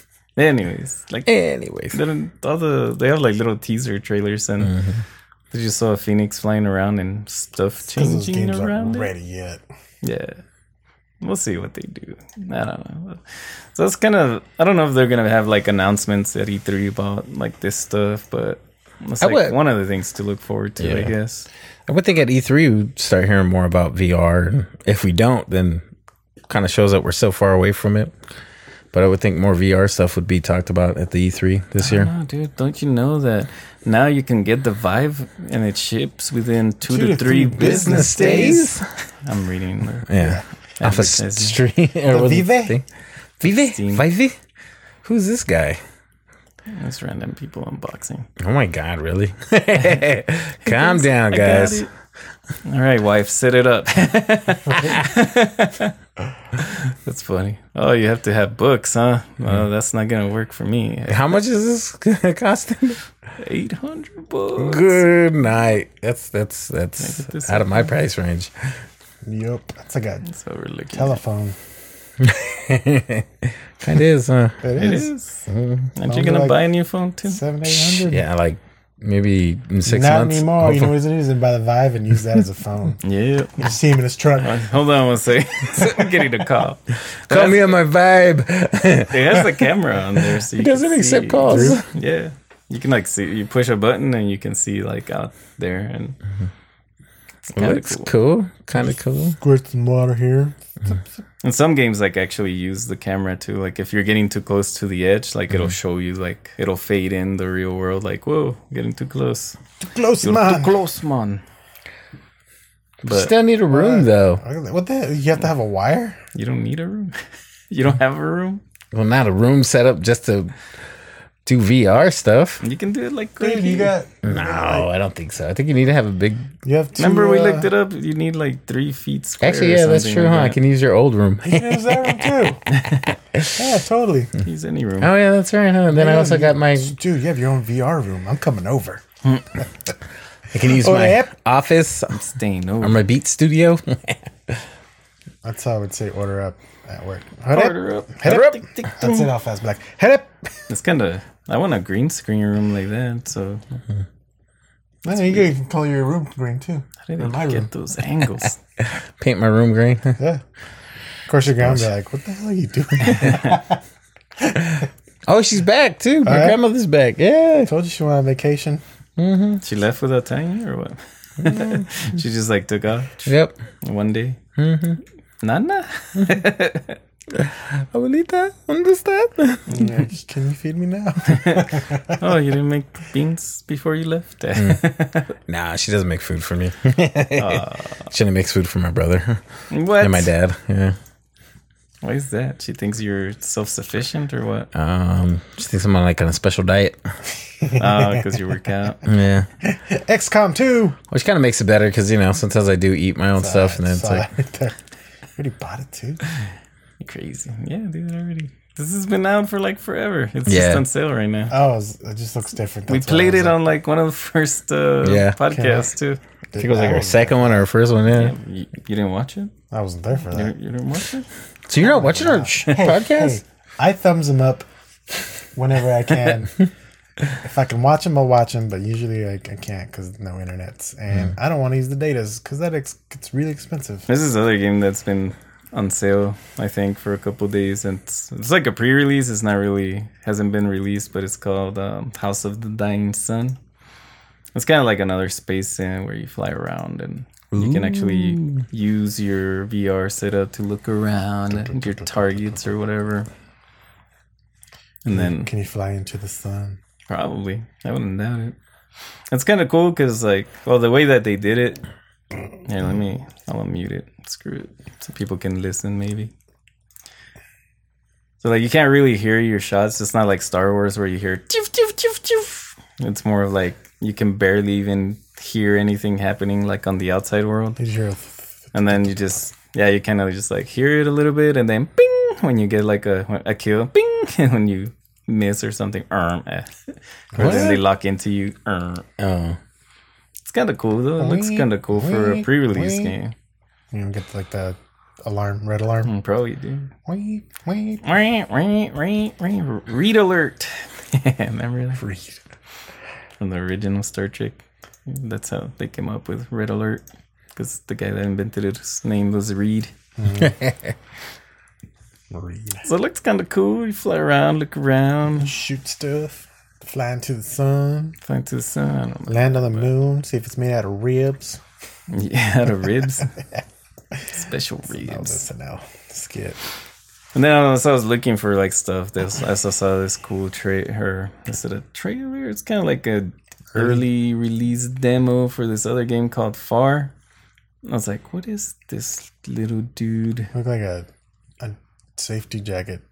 Anyways, like
Anyways.
then all the they have like little teaser trailers and they just saw a phoenix flying around and stuff
Because those
changing
games
around.
aren't
it.
ready yet.
Yeah. We'll see what they do. I don't know. So it's kind of I don't know if they're gonna have like announcements at E3 about like this stuff, but it's
I
like
would-
one of the things to look forward to, I
Yeah.
guess.
I would think at E3 we'd start hearing more about VR. If we don't, then kind of shows that we're so far away from it. But I would think more VR stuff would be talked about at the E3 this year.
No, dude, don't you know that now you can get the Vive and it ships within two, to, three, business days? I'm reading the
Yeah. Off a
Advertising.
s- stream. or was it
Vive?
thing? Vive?
Steam.
Vive? Who's this guy?
it's random people unboxing.
Oh my God, really? Calm down,
I got
guys.
it. All right, wife, set it up. that's funny. Oh, you have to have books, huh? Well, that's not gonna work for me.
How much is this costing?
Eight hundred books.
Good night. That's that's
get this
that's out of my price range.
Yep. That's like a
So we're looking.
telephone.
Kind of is, huh?
It
It
is.
is. Aren't you
Only
gonna
like
buy a new phone too?
Seven, eight hundred.
Yeah, like maybe in six
Not
months.
anymore. You know
hopefully.
what it is? And buy the Vive and use that as a phone.
Yeah.
You see him in his truck.
Hold on one second. I'm getting a call.
Oh, Call me on my vibe.
It has the camera on there, so you
It doesn't
can
accept
see.
calls.
Yeah, you can like see. You push a button and you can see like out there, and it's kind of
Looks
cool.
cool. Kind of cool.
Squirt some water here.
And some games like actually use the camera too. Like if you're getting too close to the edge, like it'll show you like it'll fade in the real world. Like whoa, getting too close.
Close
You're
man.
too close, man. But
Still need a room though.
What the? hell? You have to have a wire?
you don't need a room. you don't have a room.
Well, not a room set up just to do VR stuff.
You can do it like right
Dude, you
here.
got.
No, I don't think so. I think you need to have a big.
You have to.
Remember we
uh,
looked it up. You need like three feet square.
Actually,
or
yeah, that's
something
true,
like
huh? I
that.
can use your old room. oh
There's that one too. yeah, totally.
use any room.
Oh, yeah, that's right, huh? And then I also got my.
Dude, you have your own VR room. I'm coming over.
I can use
Oh,
my
yep.
office or
Staying over.
my beat studio.
That's how I would say order up at work. Head
Order up.
Head up. That's it. I'll fast be like, head up.
It's kind of. I want a green screen room like that. So
No, you can color your room green too.
I didn't
Or my
get
room.
those angles.
Paint my room green.
Yeah. Of course, you're gonna be like, what the hell are you doing? I
Oh, she's back too. My
right.
grandmother's back. Yeah.
told you she went on vacation.
she left without telling you, or what?
Mm-hmm.
she just like took off
Yep.
one day. Mm-hmm. Nana.
Abuelita, understand?
Yeah, just, Can you feed me now?
Oh, you didn't make beans before you left.
Mm. Nah, she doesn't make food for me. she only makes food for my brother
what?
and my dad. Yeah.
Why is that? She thinks you're self-sufficient, or what?
Um, she thinks I'm on like on a special diet.
Oh, because you work out.
Yeah.
XCOM 2.
Which kind of makes it better because, you know, sometimes I do eat my own stuff and then it's
Saw
like,
that right there. already bought it too.
Crazy. Yeah, dude. Already. This has been out for like forever. It's
Yeah.
just on sale right now.
Oh, it, was- it just looks different.
we
That's why I
played
was
it
like,
on like one of the first uh,
Yeah.
podcasts too.
I think it was
that
like our
was-
"Oh, second one or our first one. Yeah.
You, you didn't watch it?
I wasn't there for
You,
that.
you didn't watch it?
So you're not watching our sh- podcast?
Hey, I thumbs them up whenever I can. if I can watch them, I'll watch them. But usually, like, I can't because no internets, and
Hmm.
I don't want to use the datas because that ex- gets really expensive.
This is other game that's been on sale, I think, for a couple days. And it's, it's like a pre-release. It's not really hasn't been released, but it's called um, House of the Dying Sun. It's kind of like another space sim where you fly around and you can actually use your VR setup to look around at your targets or whatever. And then
Can you fly into the sun?
Probably. I wouldn't doubt it. It's kind of cool because, like, well, the way that they did it, Here, let me. I'll unmute it. Screw it, so people can listen. Maybe. So like, you can't really hear your shots. It's not like Star Wars where you hear. Tiff, tiff, tiff, tiff. It's more of like you can barely even hear anything happening like on the outside world,
Did you hear a
and then you just yeah, you kind of just like hear it a little bit, and then bing when you get like a a kill, bing when you miss or something, erm, eh. or then they lock into you, erm.
Oh,
It's kind of cool though. It looks
Wee,
kind of cool for a
wee,
pre-release
wee.
game.
you know, get like the alarm, red alarm.
Mm, Probably do.
Wait, wait.
Read alert. Remember that
Read.
from the original Star Trek? That's how they came up with Red Alert because the guy that invented it, his name was Reed.
Read.
So it looks kind of cool. You fly around, look around,
Shoot stuff. Fly into the sun.
fly to the sun.
Land on the moon. See if it's made out of ribs.
Yeah, out of ribs. Special
Oh,
ribs.
that's an L. Skit.
And then um, I was, I was looking for like stuff. This I also saw this cool trailer. Her is it a trailer? It's kind of like a early release demo for this other game called Far. And I was like, what is this little dude?
Look like a, a safety jacket.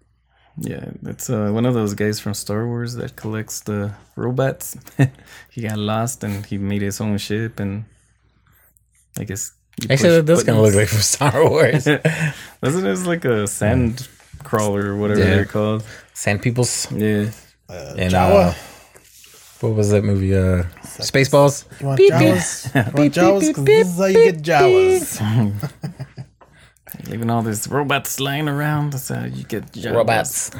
Yeah, it's uh, one of those guys from Star Wars that collects the robots. he got lost and he made his own ship, and I guess you
actually, that
push
does kind of
buttons.
look like from Star Wars.
Doesn't it it's like a sand crawler or whatever
Yeah.
they're called?
Sand peoples
Yeah.
and
Jawa.
uh, what was that movie? Uh, Spaceballs.
You want
Beep, beep.
Jawas? You want
Beep,
Jawas?
beep,
'Cause
beep,
this is how you get Jawas.
Leaving all these robots lying around. That's how you get jobs.
Robots.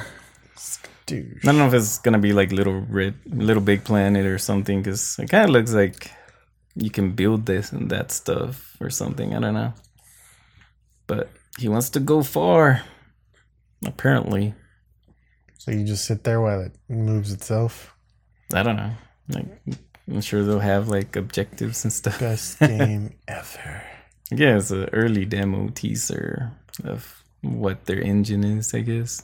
Dude.
I don't know if it's gonna be like Little Red, Little Big Planet or something, because it kind of looks like you can build this and that stuff or something. I don't know. But he wants to go far, apparently.
So you just sit there while it moves itself.
I don't know. Like, I'm sure they'll have like objectives and stuff.
Best game ever.
Yeah, it's an early demo teaser of what their engine is, I guess.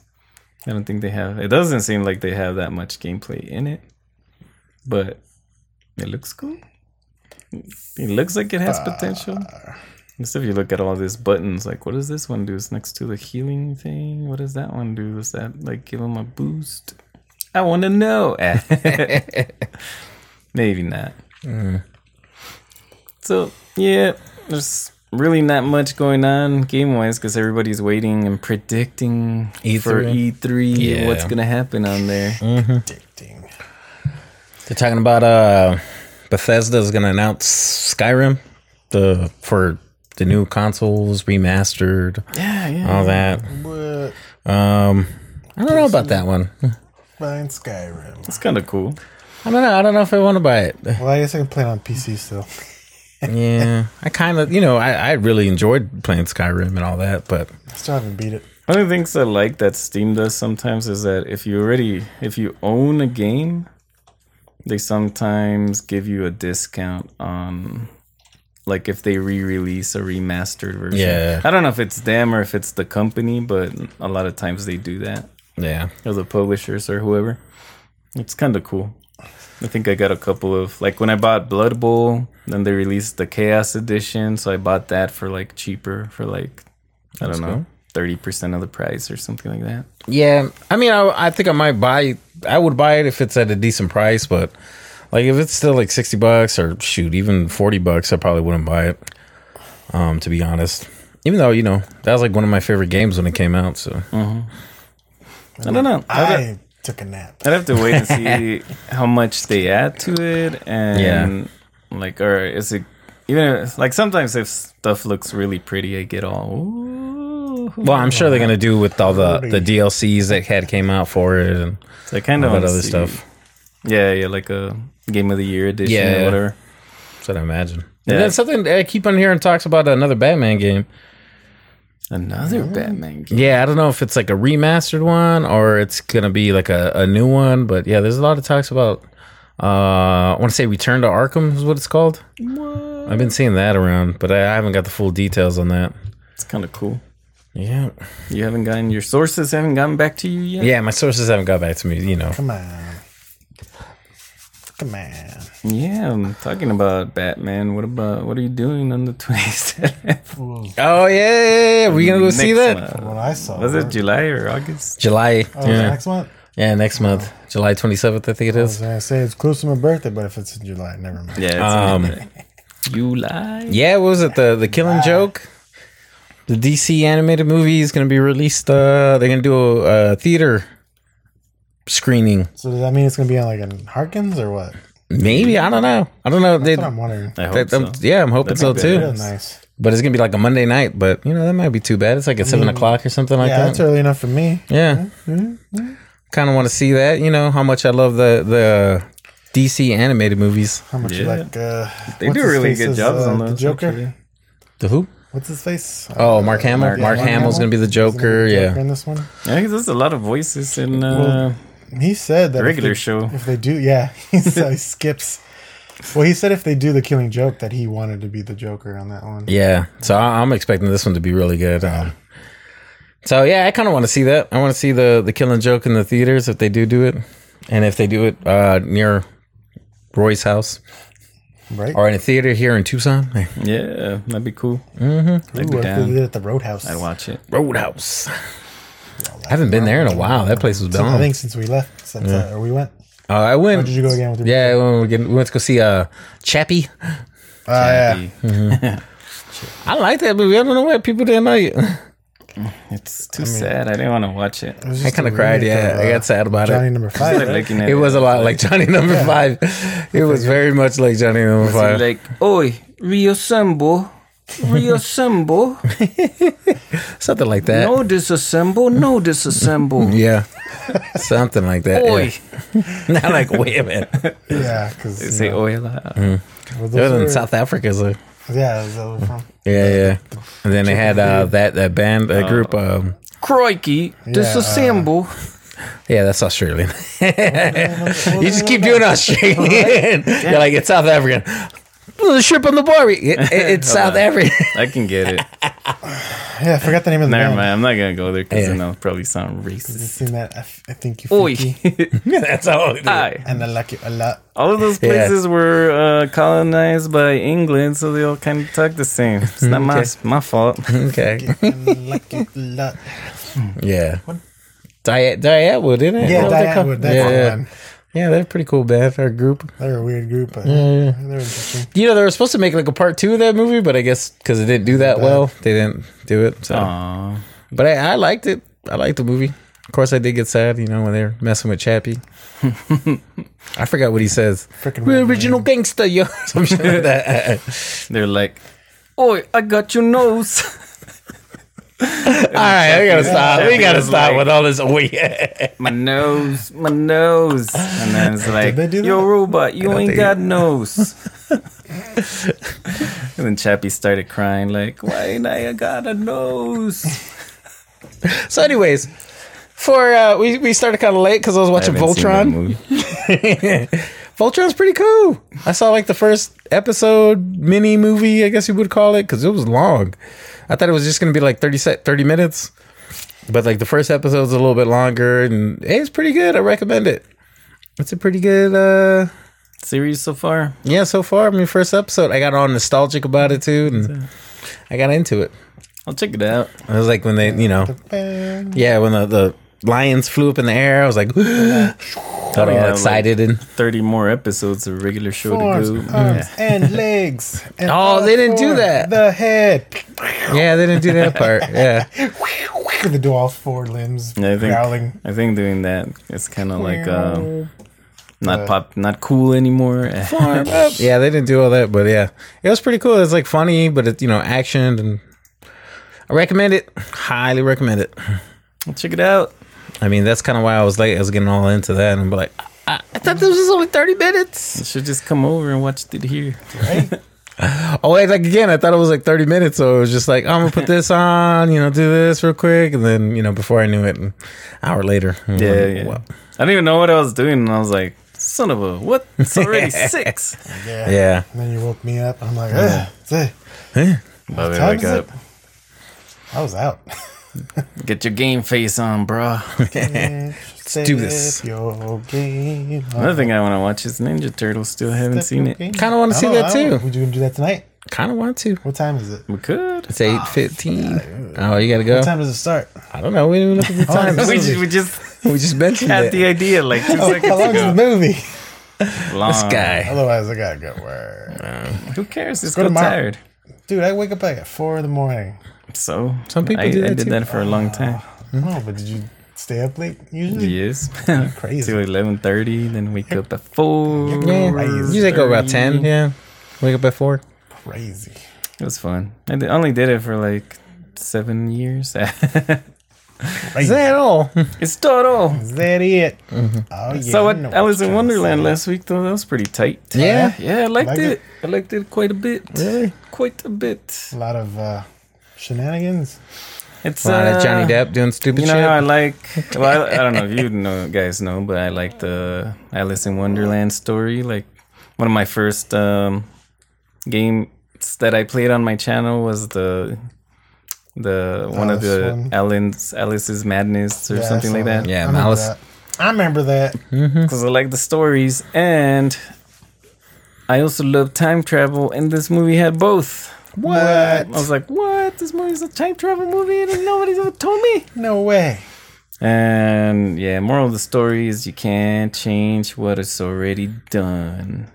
I don't think they have. It doesn't seem like they have that much gameplay in it, but it looks cool. It looks like it has potential. Just if you look at all these buttons, like what does this one do? It's next to the healing thing. What does that one do? Does that like give them a boost? I want to know. Maybe not. So yeah, there's really not much going on game wise because everybody's waiting and predicting for E
E3.
E3
Yeah.
what's gonna happen on there.
Addicting.
They're talking about uh, Bethesda's going to announce Skyrim the for the new consoles remastered,
Yeah, yeah.
all that.
What?
Um, I don't know about that one.
Buying Skyrim.
It's kind of cool.
I don't know. I don't know if I want to buy it.
Well, I guess I can play it on PC still.
Yeah, I kind of, you know, I, I really enjoyed playing Skyrim and all that, but
I still haven't beat it.
One of the things I like that Steam does sometimes is that if you already if you own a game, they sometimes give you a discount on like if they re-release a remastered version.
Yeah.
I don't know if it's them or if it's the company, but a lot of times they do that.
yeah,
or the publishers or whoever. It's kind of cool. I think I got a couple of like when I bought Blood Bowl, then they released the Chaos Edition, so I bought that for like cheaper for like I don't know thirty percent of the price or something like that.
yeah. I mean, I, I think I might buy. I would buy it if it's at a decent price, but like if it's still like sixty bucks or shoot, even forty bucks, I probably wouldn't buy it. Um, to be honest, even though you know that was like one of my favorite games when it came out, so
I don't know. I'd,
I took a nap.
I'd have to wait and see how much they add to it and like or is it even if- like sometimes if stuff looks really pretty, I get all. Ooh.
well, I'm sure they're gonna do with all the the DLCs that had came out for it and
So I kind of
all that other stuff.
Yeah, yeah, like a game of the year edition
Yeah.
or whatever.
That's what I imagine.
Yeah.
And then something I keep on hearing talks about another Batman game.
Another Batman game.
Yeah, I don't know if it's like a remastered one or it's gonna be like a, a new one, but yeah, there's a lot of talks about uh I wanna say Return to Arkham is what it's called. I've been seeing that around, but I, I haven't got the full details on that.
It's kind of cool.
Yeah.
You haven't gotten your sources haven't gotten back to you yet.
Yeah, my sources haven't got back to me, you know.
Come on. Batman.
Yeah, I'm talking about Batman. What about what are you doing on the 27th?
Oh yeah, yeah, yeah. we gonna go see
Next
that
month.
What I saw.
Was it July or August?
July.
Oh, yeah.
yeah,
next month?
yeah, next month, July twenty seventh. I think it
I was
is.
gonna say it's close to my birthday, but if it's in July, never mind.
Yeah, it's
Um,
in July.
Yeah, what was it? The the Killing Joke. The DC animated movie is gonna be released. Uh, they're gonna do a, a theater screening.
So does that mean it's gonna be on like in Harkins or what?
Maybe I don't know. I don't know. They,
That's what I'm wondering.
I hope
that-
so.
I'm- Yeah, I'm hoping so
That'd be
too.
good.
Real nice.
But it's gonna be like a Monday night. But you know that might be too bad. It's like at seven o'clock or something like
Mm. yeah,
that.
that's Mm-hmm. early enough for me.
Yeah. Kind of want to see that. You know how much I love the the DC animated movies.
How much you
Yeah.
like? Uh,
They
what's
do
his
really
face
good
as,
jobs
uh,
on
The
those.
Joker.
actually.
The who?
What's his face?
Oh, Mark Hamill.
Mark-
Mark,
Mark
Hamill's gonna be the
He's gonna
Joker.
be the
yeah.
Joker in this one,
Yeah, 'cause there's a lot of voices in uh,
Well, he said that
the
if
regular
they-
show.
If they do, yeah, he said he skips. Well, he said if they do the Killing Joke, that he wanted to be the Joker on that one.
Yeah. So I, I'm expecting this one to be really good. Um, so yeah, I kind of want to see that. I want to see the the Killing Joke in the theaters if they do do it, and if they do it uh, near Roy's house
Right?
or in a theater here in Tucson,
Yeah, that'd be cool.
mm-hmm. Ooh,
I'd be
what if they
down.
did it at the Roadhouse.
I'd watch it.
Roadhouse. I haven't been there in a while. That place was
So I
done.
think since we left, since uh, or we went.
Uh, I went.
Or did you go again with your?
Yeah, when we, were getting- we went to go see uh, Chappie.
Oh, yeah.
I like that movie. I don't know why people didn't like it.
It's too sad. I didn't want to watch it.
It was
I
just
kind
a
of cried.
remake
Yeah,
of,
I
uh,
got sad about
Johnny
it.
number
It's
five.
like
right?
looking at
It was a lot like Johnny Number Five. It was very much like Johnny Number Five.
like, oi, reassemble, reassemble,
Something like that.
no disassemble, no disassemble,
Yeah. Something like that.
oi.
Yeah. Not like, wait a minute. It
yeah,
They
because
say oi a lot.
was in South Africa, so.
Yeah, is that from?
Yeah, yeah. And then they had uh, that that band, that group. Um,
Crikey,
uh,
disassemble.
yeah, that's Australian.
you
You just keep doing Australian. You're like, it's South African. Well, The shrimp on the barbie. It, it- it's South African.
I can get it.
Yeah, I forgot the name of the
Never
band.
mind. I'm not gonna go there because
Yeah.
then I'll probably sound
You
racist.
seen that? I, f- I think you.
Oi,
freaky.
that's all. it is.
hi.
And I like it a lot.
All of those
Yeah.
places were uh, colonized by England, so they all kind of talk the same. It's not my my fault.
Okay.
And I like it a lot.
Yeah. Diet Diet Wood, didn't it?
Yeah,
What was it
Diane
called?
Wood. That's
yeah,
the
yeah.
one.
yeah, they're a pretty cool band for a group.
They're a weird group, but they're interesting.
You know, they were supposed to make like a part two of that movie, but I guess because it didn't do that well, they didn't do it. So,
Aww.
but I, I liked it. I liked the movie. Of course, I did get sad, you know, when they were messing with Chappie. I forgot what he says.
Freaking
We're
weird
original gangster, yo. Some shit like that.
They're like, oi, I got your nose.
all right, we gotta stop. We
Chappie
gotta
was
stop
like-
with all this. Oh yeah.
my nose, my nose. And then it's like,
they do
yo,
that?
robot, you ain't
think-
got nose. and then Chappie started crying, like, why ain't I got a nose?
So, anyways, for uh, we we started kind of late because I was watching Voltron. Voltron's pretty cool. I saw like the first episode mini movie, I guess you would call it, because it was long. I thought it was just gonna be like 30 set 30 minutes. But like the first episode's a little bit longer and hey, it's pretty good. I recommend it. It's a pretty good uh
Series so far?
yeah, so far. I mean first episode. I got all nostalgic about it too, and I got into it.
I'll check it out.
It was like when they you know
Bang.
Yeah, when the, the lions flew up in the air, I was like got
yeah,
all
like-
excited and
30 more episodes of regular show
Arms,
Uh,
to go.
arms, and legs. And
Oh,
all
they didn't do
four.
that.
The head.
Yeah, they didn't do that part. Yeah.
They do all four limbs.
Yeah, I think
growling.
I think doing that it's kind of like
Uh,
um, not pop, not cool anymore. Eh.
Yeah, they didn't do all that, but yeah, it was pretty cool. It's like funny, but it you know action and I recommend it. Highly recommend it.
I'll check it out.
I mean, that's kind of why I was late. I was getting all into that and be like, I, I thought this was only thirty minutes.
You should just come over and watch it here.
Oh, wait, like again, I thought it was like thirty minutes, so it was just like I'm gonna put this on, you know, do this real quick, and then you know before I knew it, an hour later. I'm
Yeah,
like,
yeah.
"Wow."
I didn't even know what I was doing, and I was like, "Son of a what? It's already six.
Yeah.
yeah.
And then you woke me up. I'm like, Ugh, it's it.
But I
time
wake
is
up.
it? I was out.
Get your game face on, bro.
Let's
do this.
Your game.
Another thing I want to watch is Ninja Turtles. Still haven't seen it.
Kinda wanna see that too.
Would you gonna do that tonight?
Kind of want to.
What time is it?
We could.
It's eight fifteen. Oh, you gotta go.
What time does it start?
I don't know. We didn't even look at the time.
Oh, we, just, we just
we just mentioned
had
it.
the idea like two
How
seconds
long is the
ago.
movie?
Long.
this guy.
Otherwise, I gotta go work.
Who cares? It's
go
so
tomorrow.
tired.
Dude, I wake up like at four in the morning.
So
Some people
I,
do that
I did
too.
that for a long time.
No, Oh, but did you stay up late usually?
Yes.
Crazy.
Till eleven thirty, then wake up at four.
Yeah,
Crazy.
usually go about ten. Yeah, wake up at four.
Crazy.
It was fun. I did, only did it for like seven years.
Is that all?
it's total.
Is that it? Oh, yeah.
Mm-hmm. So
you
I,
know
I
what
was
I'm
in
trying to
Wonderland
say.
last week, though. That was pretty tight.
Yeah.
Yeah, I liked,
Liked
it.
it?
I liked it quite a bit.
Really?
Quite a bit.
A lot of uh, shenanigans.
It's
A lot
uh,
of Johnny Depp doing stupid
You know,
shit.
how I like. Well, I, I don't know if you know, guys know, but I like the Alice in Wonderland story. Like one of my first um, games that I played on my channel was the the one of
Alice
the
one.
Alan's Alice's Madness or
Yeah, I
something
saw
like that.
Yeah,
I remember
Malice.
that. I remember that.
because I like the stories and I also love time travel. And this movie had both.
What?
I was like, what? This movie's a time travel movie, and nobody's ever told me.
No way.
And yeah, moral of the story is you can't change what is already done.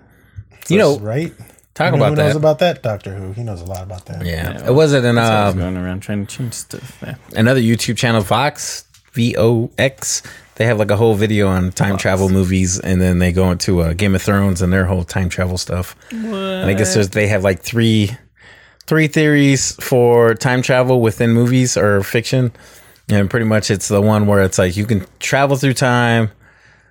You know,
right?
talk
You know
about
who
that.
knows about that? Doctor Who. He knows a lot about that.
yeah. it was it an
So I was
um,
going around trying to change stuff. Yeah.
another YouTube channel, Vox V O X. They have like a whole video on time travel movies, and then they go into uh, Game of Thrones and their whole time travel stuff. And I guess there's, they have like three three theories for time travel within movies or fiction, and pretty much it's the one where it's like you can travel through time,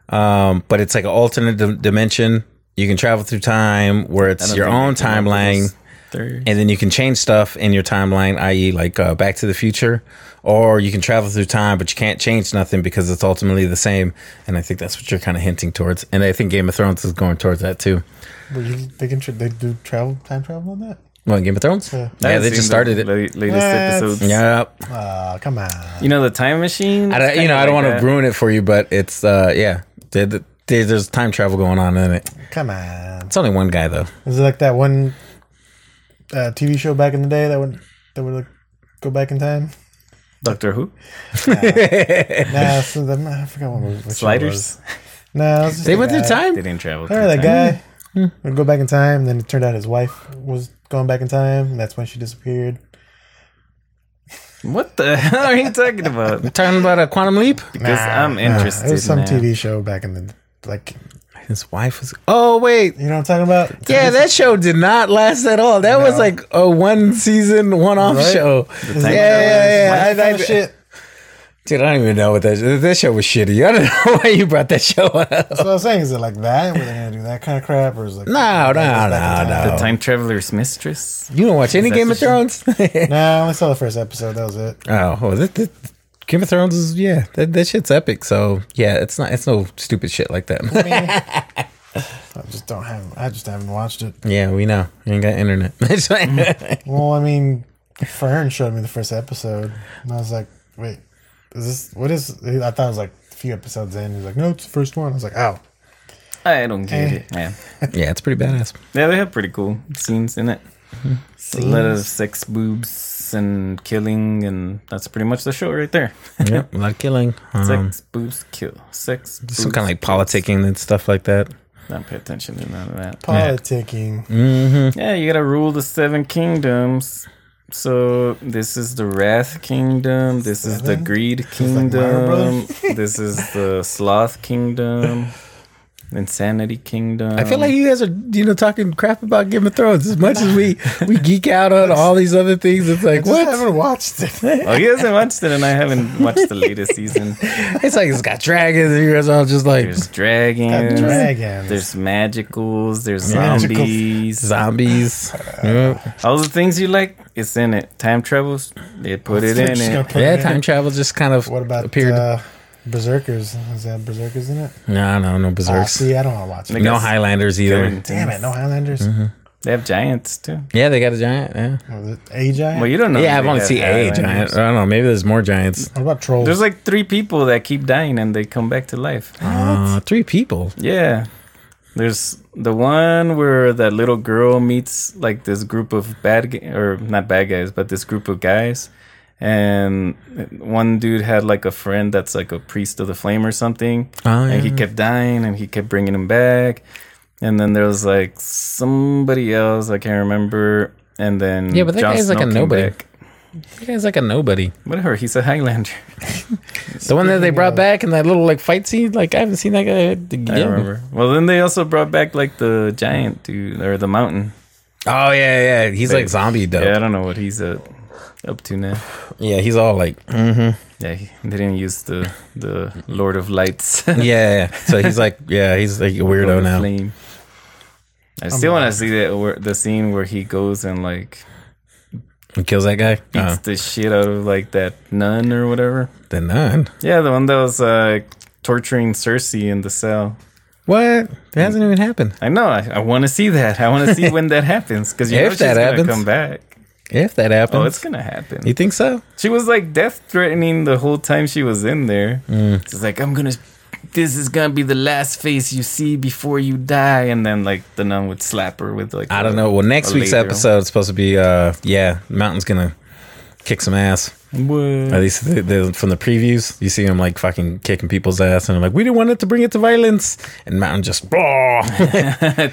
um, but it's like an alternate dim- dimension. You can travel through time where it's your own timeline
Third.
and then you can change stuff in your timeline, i.e., like uh, Back to the Future, or you can travel through time, but you can't change nothing because it's ultimately the same. And I think that's what you're kind of hinting towards. And I think Game of Thrones is going towards that too.
Were you, they can tra- they do travel time travel on that?
Well, Game of Thrones, yeah, they just started it.
Latest
That's-
episodes.
Yeah,
Ah, come on.
You know the time machine.
I don't, you know, I don't want to ruin it for you, but it's uh, yeah, there- there- there's time travel going on in it.
Come on.
It's only one guy though.
Is it like that one uh, TV show back in the day that would that would like go back in time?
Doctor Who
Nah, so the, I forgot what was. Which show it was.
sliders.
No, it was just
They
a
went through
guy.
They
time. Hmm.
didn't travel.
Remember
through
that
time.
guy? Would go back in time, and then it turned out his wife was going back in time, and that's when she disappeared.
What the hell are you talking about?
Talking about a quantum leap.
Because I'm
Nah,
interested.
it was some
now.
TV show back in the like.
His wife was. Oh wait,
You know what I'm talking about?
Yeah, that show did not last at all. That was like a one season, one off
Right?
show. Yeah,
time
yeah,
That
yeah. I, I,
kinda shit.
dude, I don't even know what that that show was shitty. I don't know why you brought that show up.
That's what I was saying. Is it like that? Were they gonna do that kind of crap, or is it like
No, no,
Back in
no,
time.
no.
Time Traveler's Mistress.
You don't watch any
that
Game
the
of Thrones? oh,
No, I only saw the first episode. That was it.
well, that, that, Game of Thrones is yeah, that, that shit's epic. So yeah, it's not it's no stupid shit like that.
I just don't have. I just haven't watched it.
yeah, we know you ain't got internet. It's like-
Well, I mean, Fern showed me the first episode, and I was like, "Wait, is this what is?" I thought it was like a few episodes in. He's like, "No, it's the first one." I was like, "Oh,
I don't
Eh.
get it. Yeah.
yeah, it's pretty badass.
Yeah, they have pretty cool scenes in it. A lot of sex, boobs, and killing, and that's pretty much the show right there.
Yep, a lot of killing. Um,
Sex, boobs, kill. Sex, boobs.
some kind of like politicking and stuff like that.
Don't pay attention to none of that.
politicking."
Mm. Hmm.
Yeah, you gotta rule the seven kingdoms. So this is the wrath kingdom. This is the
Seven?
greed
like Mario
kingdom.
Brothers?
this is the sloth kingdom. Insanity kingdom.
I feel like you guys are, you know, talking crap about Game of Thrones as much as we we geek out on all these other things. It's like
Just
what?
haven't watched it.
Oh, he hasn't watched it, and I haven't watched the latest season.
It's like it's got dragons, and you guys are all just like
There's dragons.
Dragons.
There's magicals. There's
Magicals.
zombies.
zombies. yeah,
All the things you like, it's in it. Time travels, they put it
They're
in
just gonna
it.
put it in.
time travel just kind of
What about
appeared.
uh, Berserkers? Is that Berserkers in it?
no, no, no
Ah,
berserks,
see, I don't want to watch it.
no Highlanders either.
Damn it, no Highlanders.
They have giants too.
Yeah, they got a giant. Yeah,
Or the A giant?
Well, you don't know. if
yeah. I've
they
only
have
seen a
Highlanders.
giant. I don't know. Maybe there's more giants.
what about trolls?
There's like three people that keep dying and they come back to life.
Uh, three people.
Yeah. There's the one where that little girl meets like this group of bad gu- or not bad guys, but this group of guys. And one dude had like a friend that's like a priest of the flame or something.
Oh,
And he kept dying and he kept bringing him back. And then there was like somebody else, I can't remember. And then
Yeah, but that
Jon
guy's like a
Snow came
nobody.
back.
That guy's like a nobody.
Whatever, he's a Highlander.
The one that they brought back in that little like fight scene. Like I haven't seen that guy
I don't
again.
remember. Well, then they also brought back like the giant dude or the mountain.
Oh yeah, yeah. He's like
Wait.
zombie though.
Yeah, I
Yeah.
don't know what he's up up to now.
he's all like. Mm-hmm.
Yeah, he, they didn't use the the Lord of Lights.
Yeah, yeah. So he's like, yeah, he's like a weirdo now.
Flame. I still want to see that where, the scene where he goes and like
He kills that guy.
beats
Oh,
the shit out of like that nun or whatever.
the nun.
Yeah, the one that was uh, torturing Cersei in the cell.
What? It
Hmm.
hasn't even happened.
I know. I, I want to see that. I want to see when that happens because you
If
know she's
that
gonna
happens.
come back.
If that happens,
Oh, it's gonna happen.
you think so?
She was like death threatening the whole time she was in there.
Mm.
She's like, I'm gonna, this is gonna be the last face you see before you die. And then like the nun would slap her with like,
I don't know. Well, next
Or
week's
later.
episode is supposed to be, uh, yeah, Mountain's gonna kick some ass. At
What?
least the, the, from the previews, you see him like fucking kicking people's ass, and I'm like, we didn't want it to bring it to violence, and Mountain just, "Bah."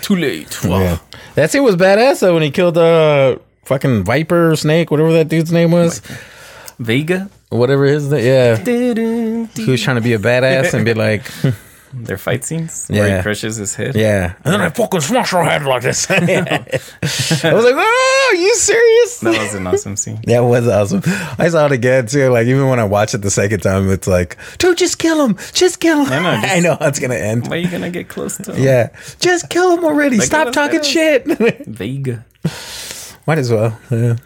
Too late.
yeah. That scene was badass though when he killed uh fucking Viper Snake, whatever that dude's name was,
Vega.
whatever his name, yeah. He
Their
was trying to be a badass and be like,
fight scenes where
Yeah.
he crushes his head.
yeah, and then I fucking smash your head like this. I was like, oh, are you serious?
That was an awesome scene.
That was awesome. I saw it again too. Like even when I watch it the second time, it's like, dude, just kill him, just kill him.
I know, just-
I know how it's gonna end.
Why are you gonna get close to him?
Yeah, just kill him already.
Oh. Like,
Stop
it was
talking shit.
Vega?
Might as well. Yeah.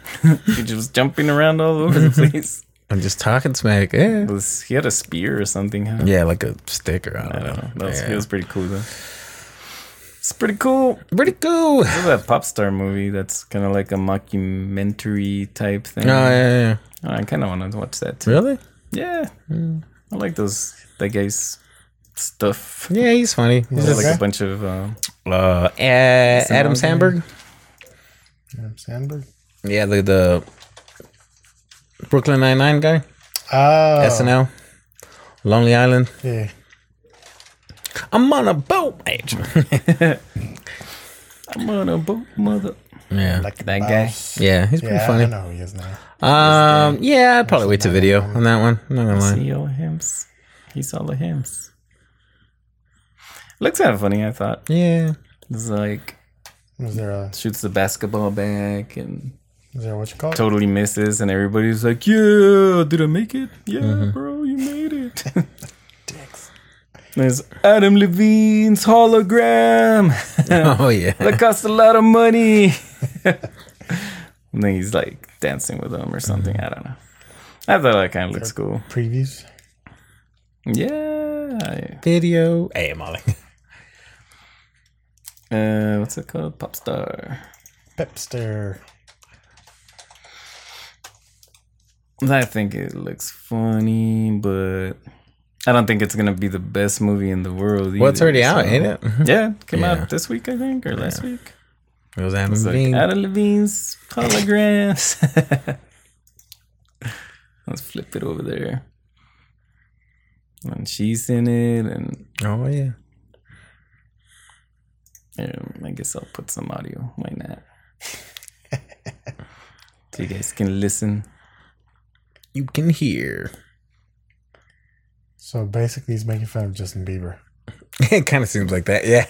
He just jumping around all over the place.
I'm just talking smack. Yeah.
Was, he had a spear or something? Huh?
Yeah, like a sticker. I
I
don't
don't know.
know.
That was,
Yeah.
It was pretty cool though. It's pretty cool.
pretty cool. Oh
There's that pop star movie that's kind of like a mockumentary type thing.
Oh, yeah, yeah, yeah.
I kind of want to watch that too.
Really?
Yeah, I like those that guy's stuff.
Yeah, he's funny. He's
There's
just,
like
Okay.
a bunch of uh,
uh, eh, Adam
Sandberg.
Sandberg.
Adam Sandberg.
Yeah, the the Brooklyn Nine Nine guy.
Oh,
SNL. Lonely Island.
yeah.
I'm on a boat.
I'm on a boat, mother.
yeah.
Like a
That guy.
mouse.
Yeah, he's pretty
Yeah, I
funny.
know who he is now.
Um, yeah, I'd probably wait to video on that one. I'm not gonna lie.
See all hymns. He's all the hymns. Looks kind of funny. I thought
Yeah,
it's like
Was there a?
shoots the basketball back and
Is there what you call it?
totally misses, and everybody's like, "Yeah, did I make it? Yeah,
Mm-hmm.
bro, you made it."
Dicks.
There's Adam Levine's hologram.
oh yeah,
that costs a lot of money. and then he's like dancing with
Mm-hmm.
them or something. I don't know. I thought that kind of looks cool.
Previews.
Yeah. I-
video. Hey Molly,
Uh, what's it called? Popstar.
Pepster.
I think it looks funny, but I don't think it's gonna be the best movie in the world.
well, it's
either,
already out,
so-
ain't it?
Yeah, it came
Yeah.
out this week, I think, or last week.
It was Adam
It's like
Levine.
Adam Levine's holograms. Let's flip it over there. And she's in it, and
Oh yeah,
um, I guess I'll put some audio. Why not? so you guys can listen.
you can hear.
So basically, he's making fun of Justin Bieber.
it kind of seems like that. Yeah,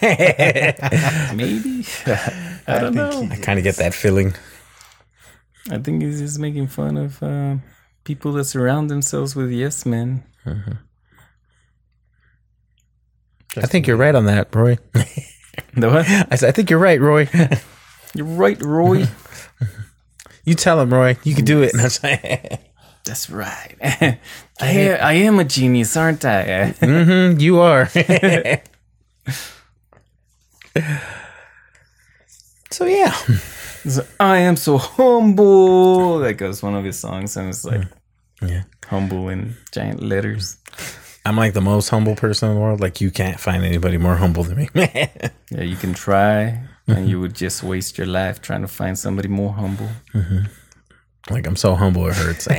Maybe. I don't
think
know.
I kind of get that feeling.
I think he's just making fun of uh, people that surround themselves with yes men.
I think you're right on that, Roy.
The what?
I said, I think you're right, Roy.
You're right, Roy.
You tell him, Roy. You can do it. And I was like,
That's right. I, I am a genius, aren't I?
"Mhm, you are. So yeah,
It's like, I am so humble. That goes one of his songs, and it's like
yeah.
humble in giant letters.
I'm like the most humble person in the world. Like you can't find anybody more humble than me.
Yeah, you can try, and you would just waste your life trying to find somebody more humble.
like I'm so humble it hurts.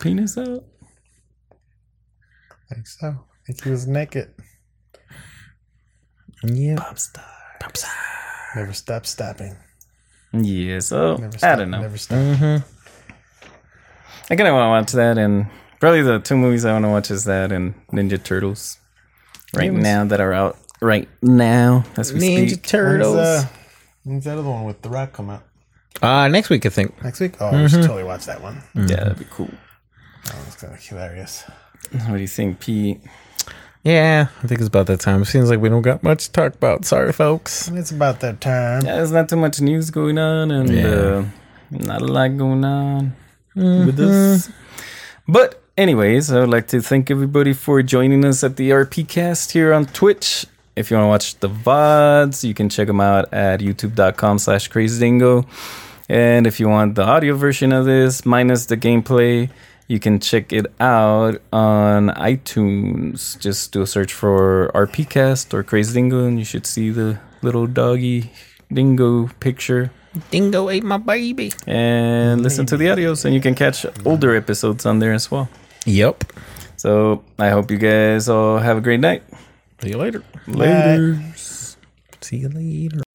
Penis out.
I think so. I think he was naked.
yeah.
Pop star.
Never stop stopping.
Yeah, so
Never stop,
I don't know.
Never stop.
Mm,
I kind of want to watch that, and probably the two movies I want to watch is that and Ninja Turtles right now that are out right now as we
Ninja
speak.
When's,
Turtles.
uh, when's that other one with The Rock come out?
Uh, next week I think.
Next week? Oh, I should
Mm-hmm.
totally watch that one.
yeah, that'd be cool.
That one's kind of hilarious.
What do you think, Pete?
Yeah, I think it's about that time. Seems like we don't got much to talk about. Sorry, folks.
It's about that time.
Yeah, there's not too much news going on, and uh, not a lot going on with us. But anyways, I would like to thank everybody for joining us at the RPcast here on Twitch. If you want to watch the VODs, you can check them out at youtube.com slash crazydingo. And if you want the audio version of this, minus the gameplay, you can check it out on iTunes. Just do a search for RPcast or Crazy Dingo, and you should see the little doggy dingo picture
Dingo ate my baby.
and listen to the audios and you can catch older episodes on there as well
Yep.
so i hope you guys all have a great night
See you later.
Bye.
See you later.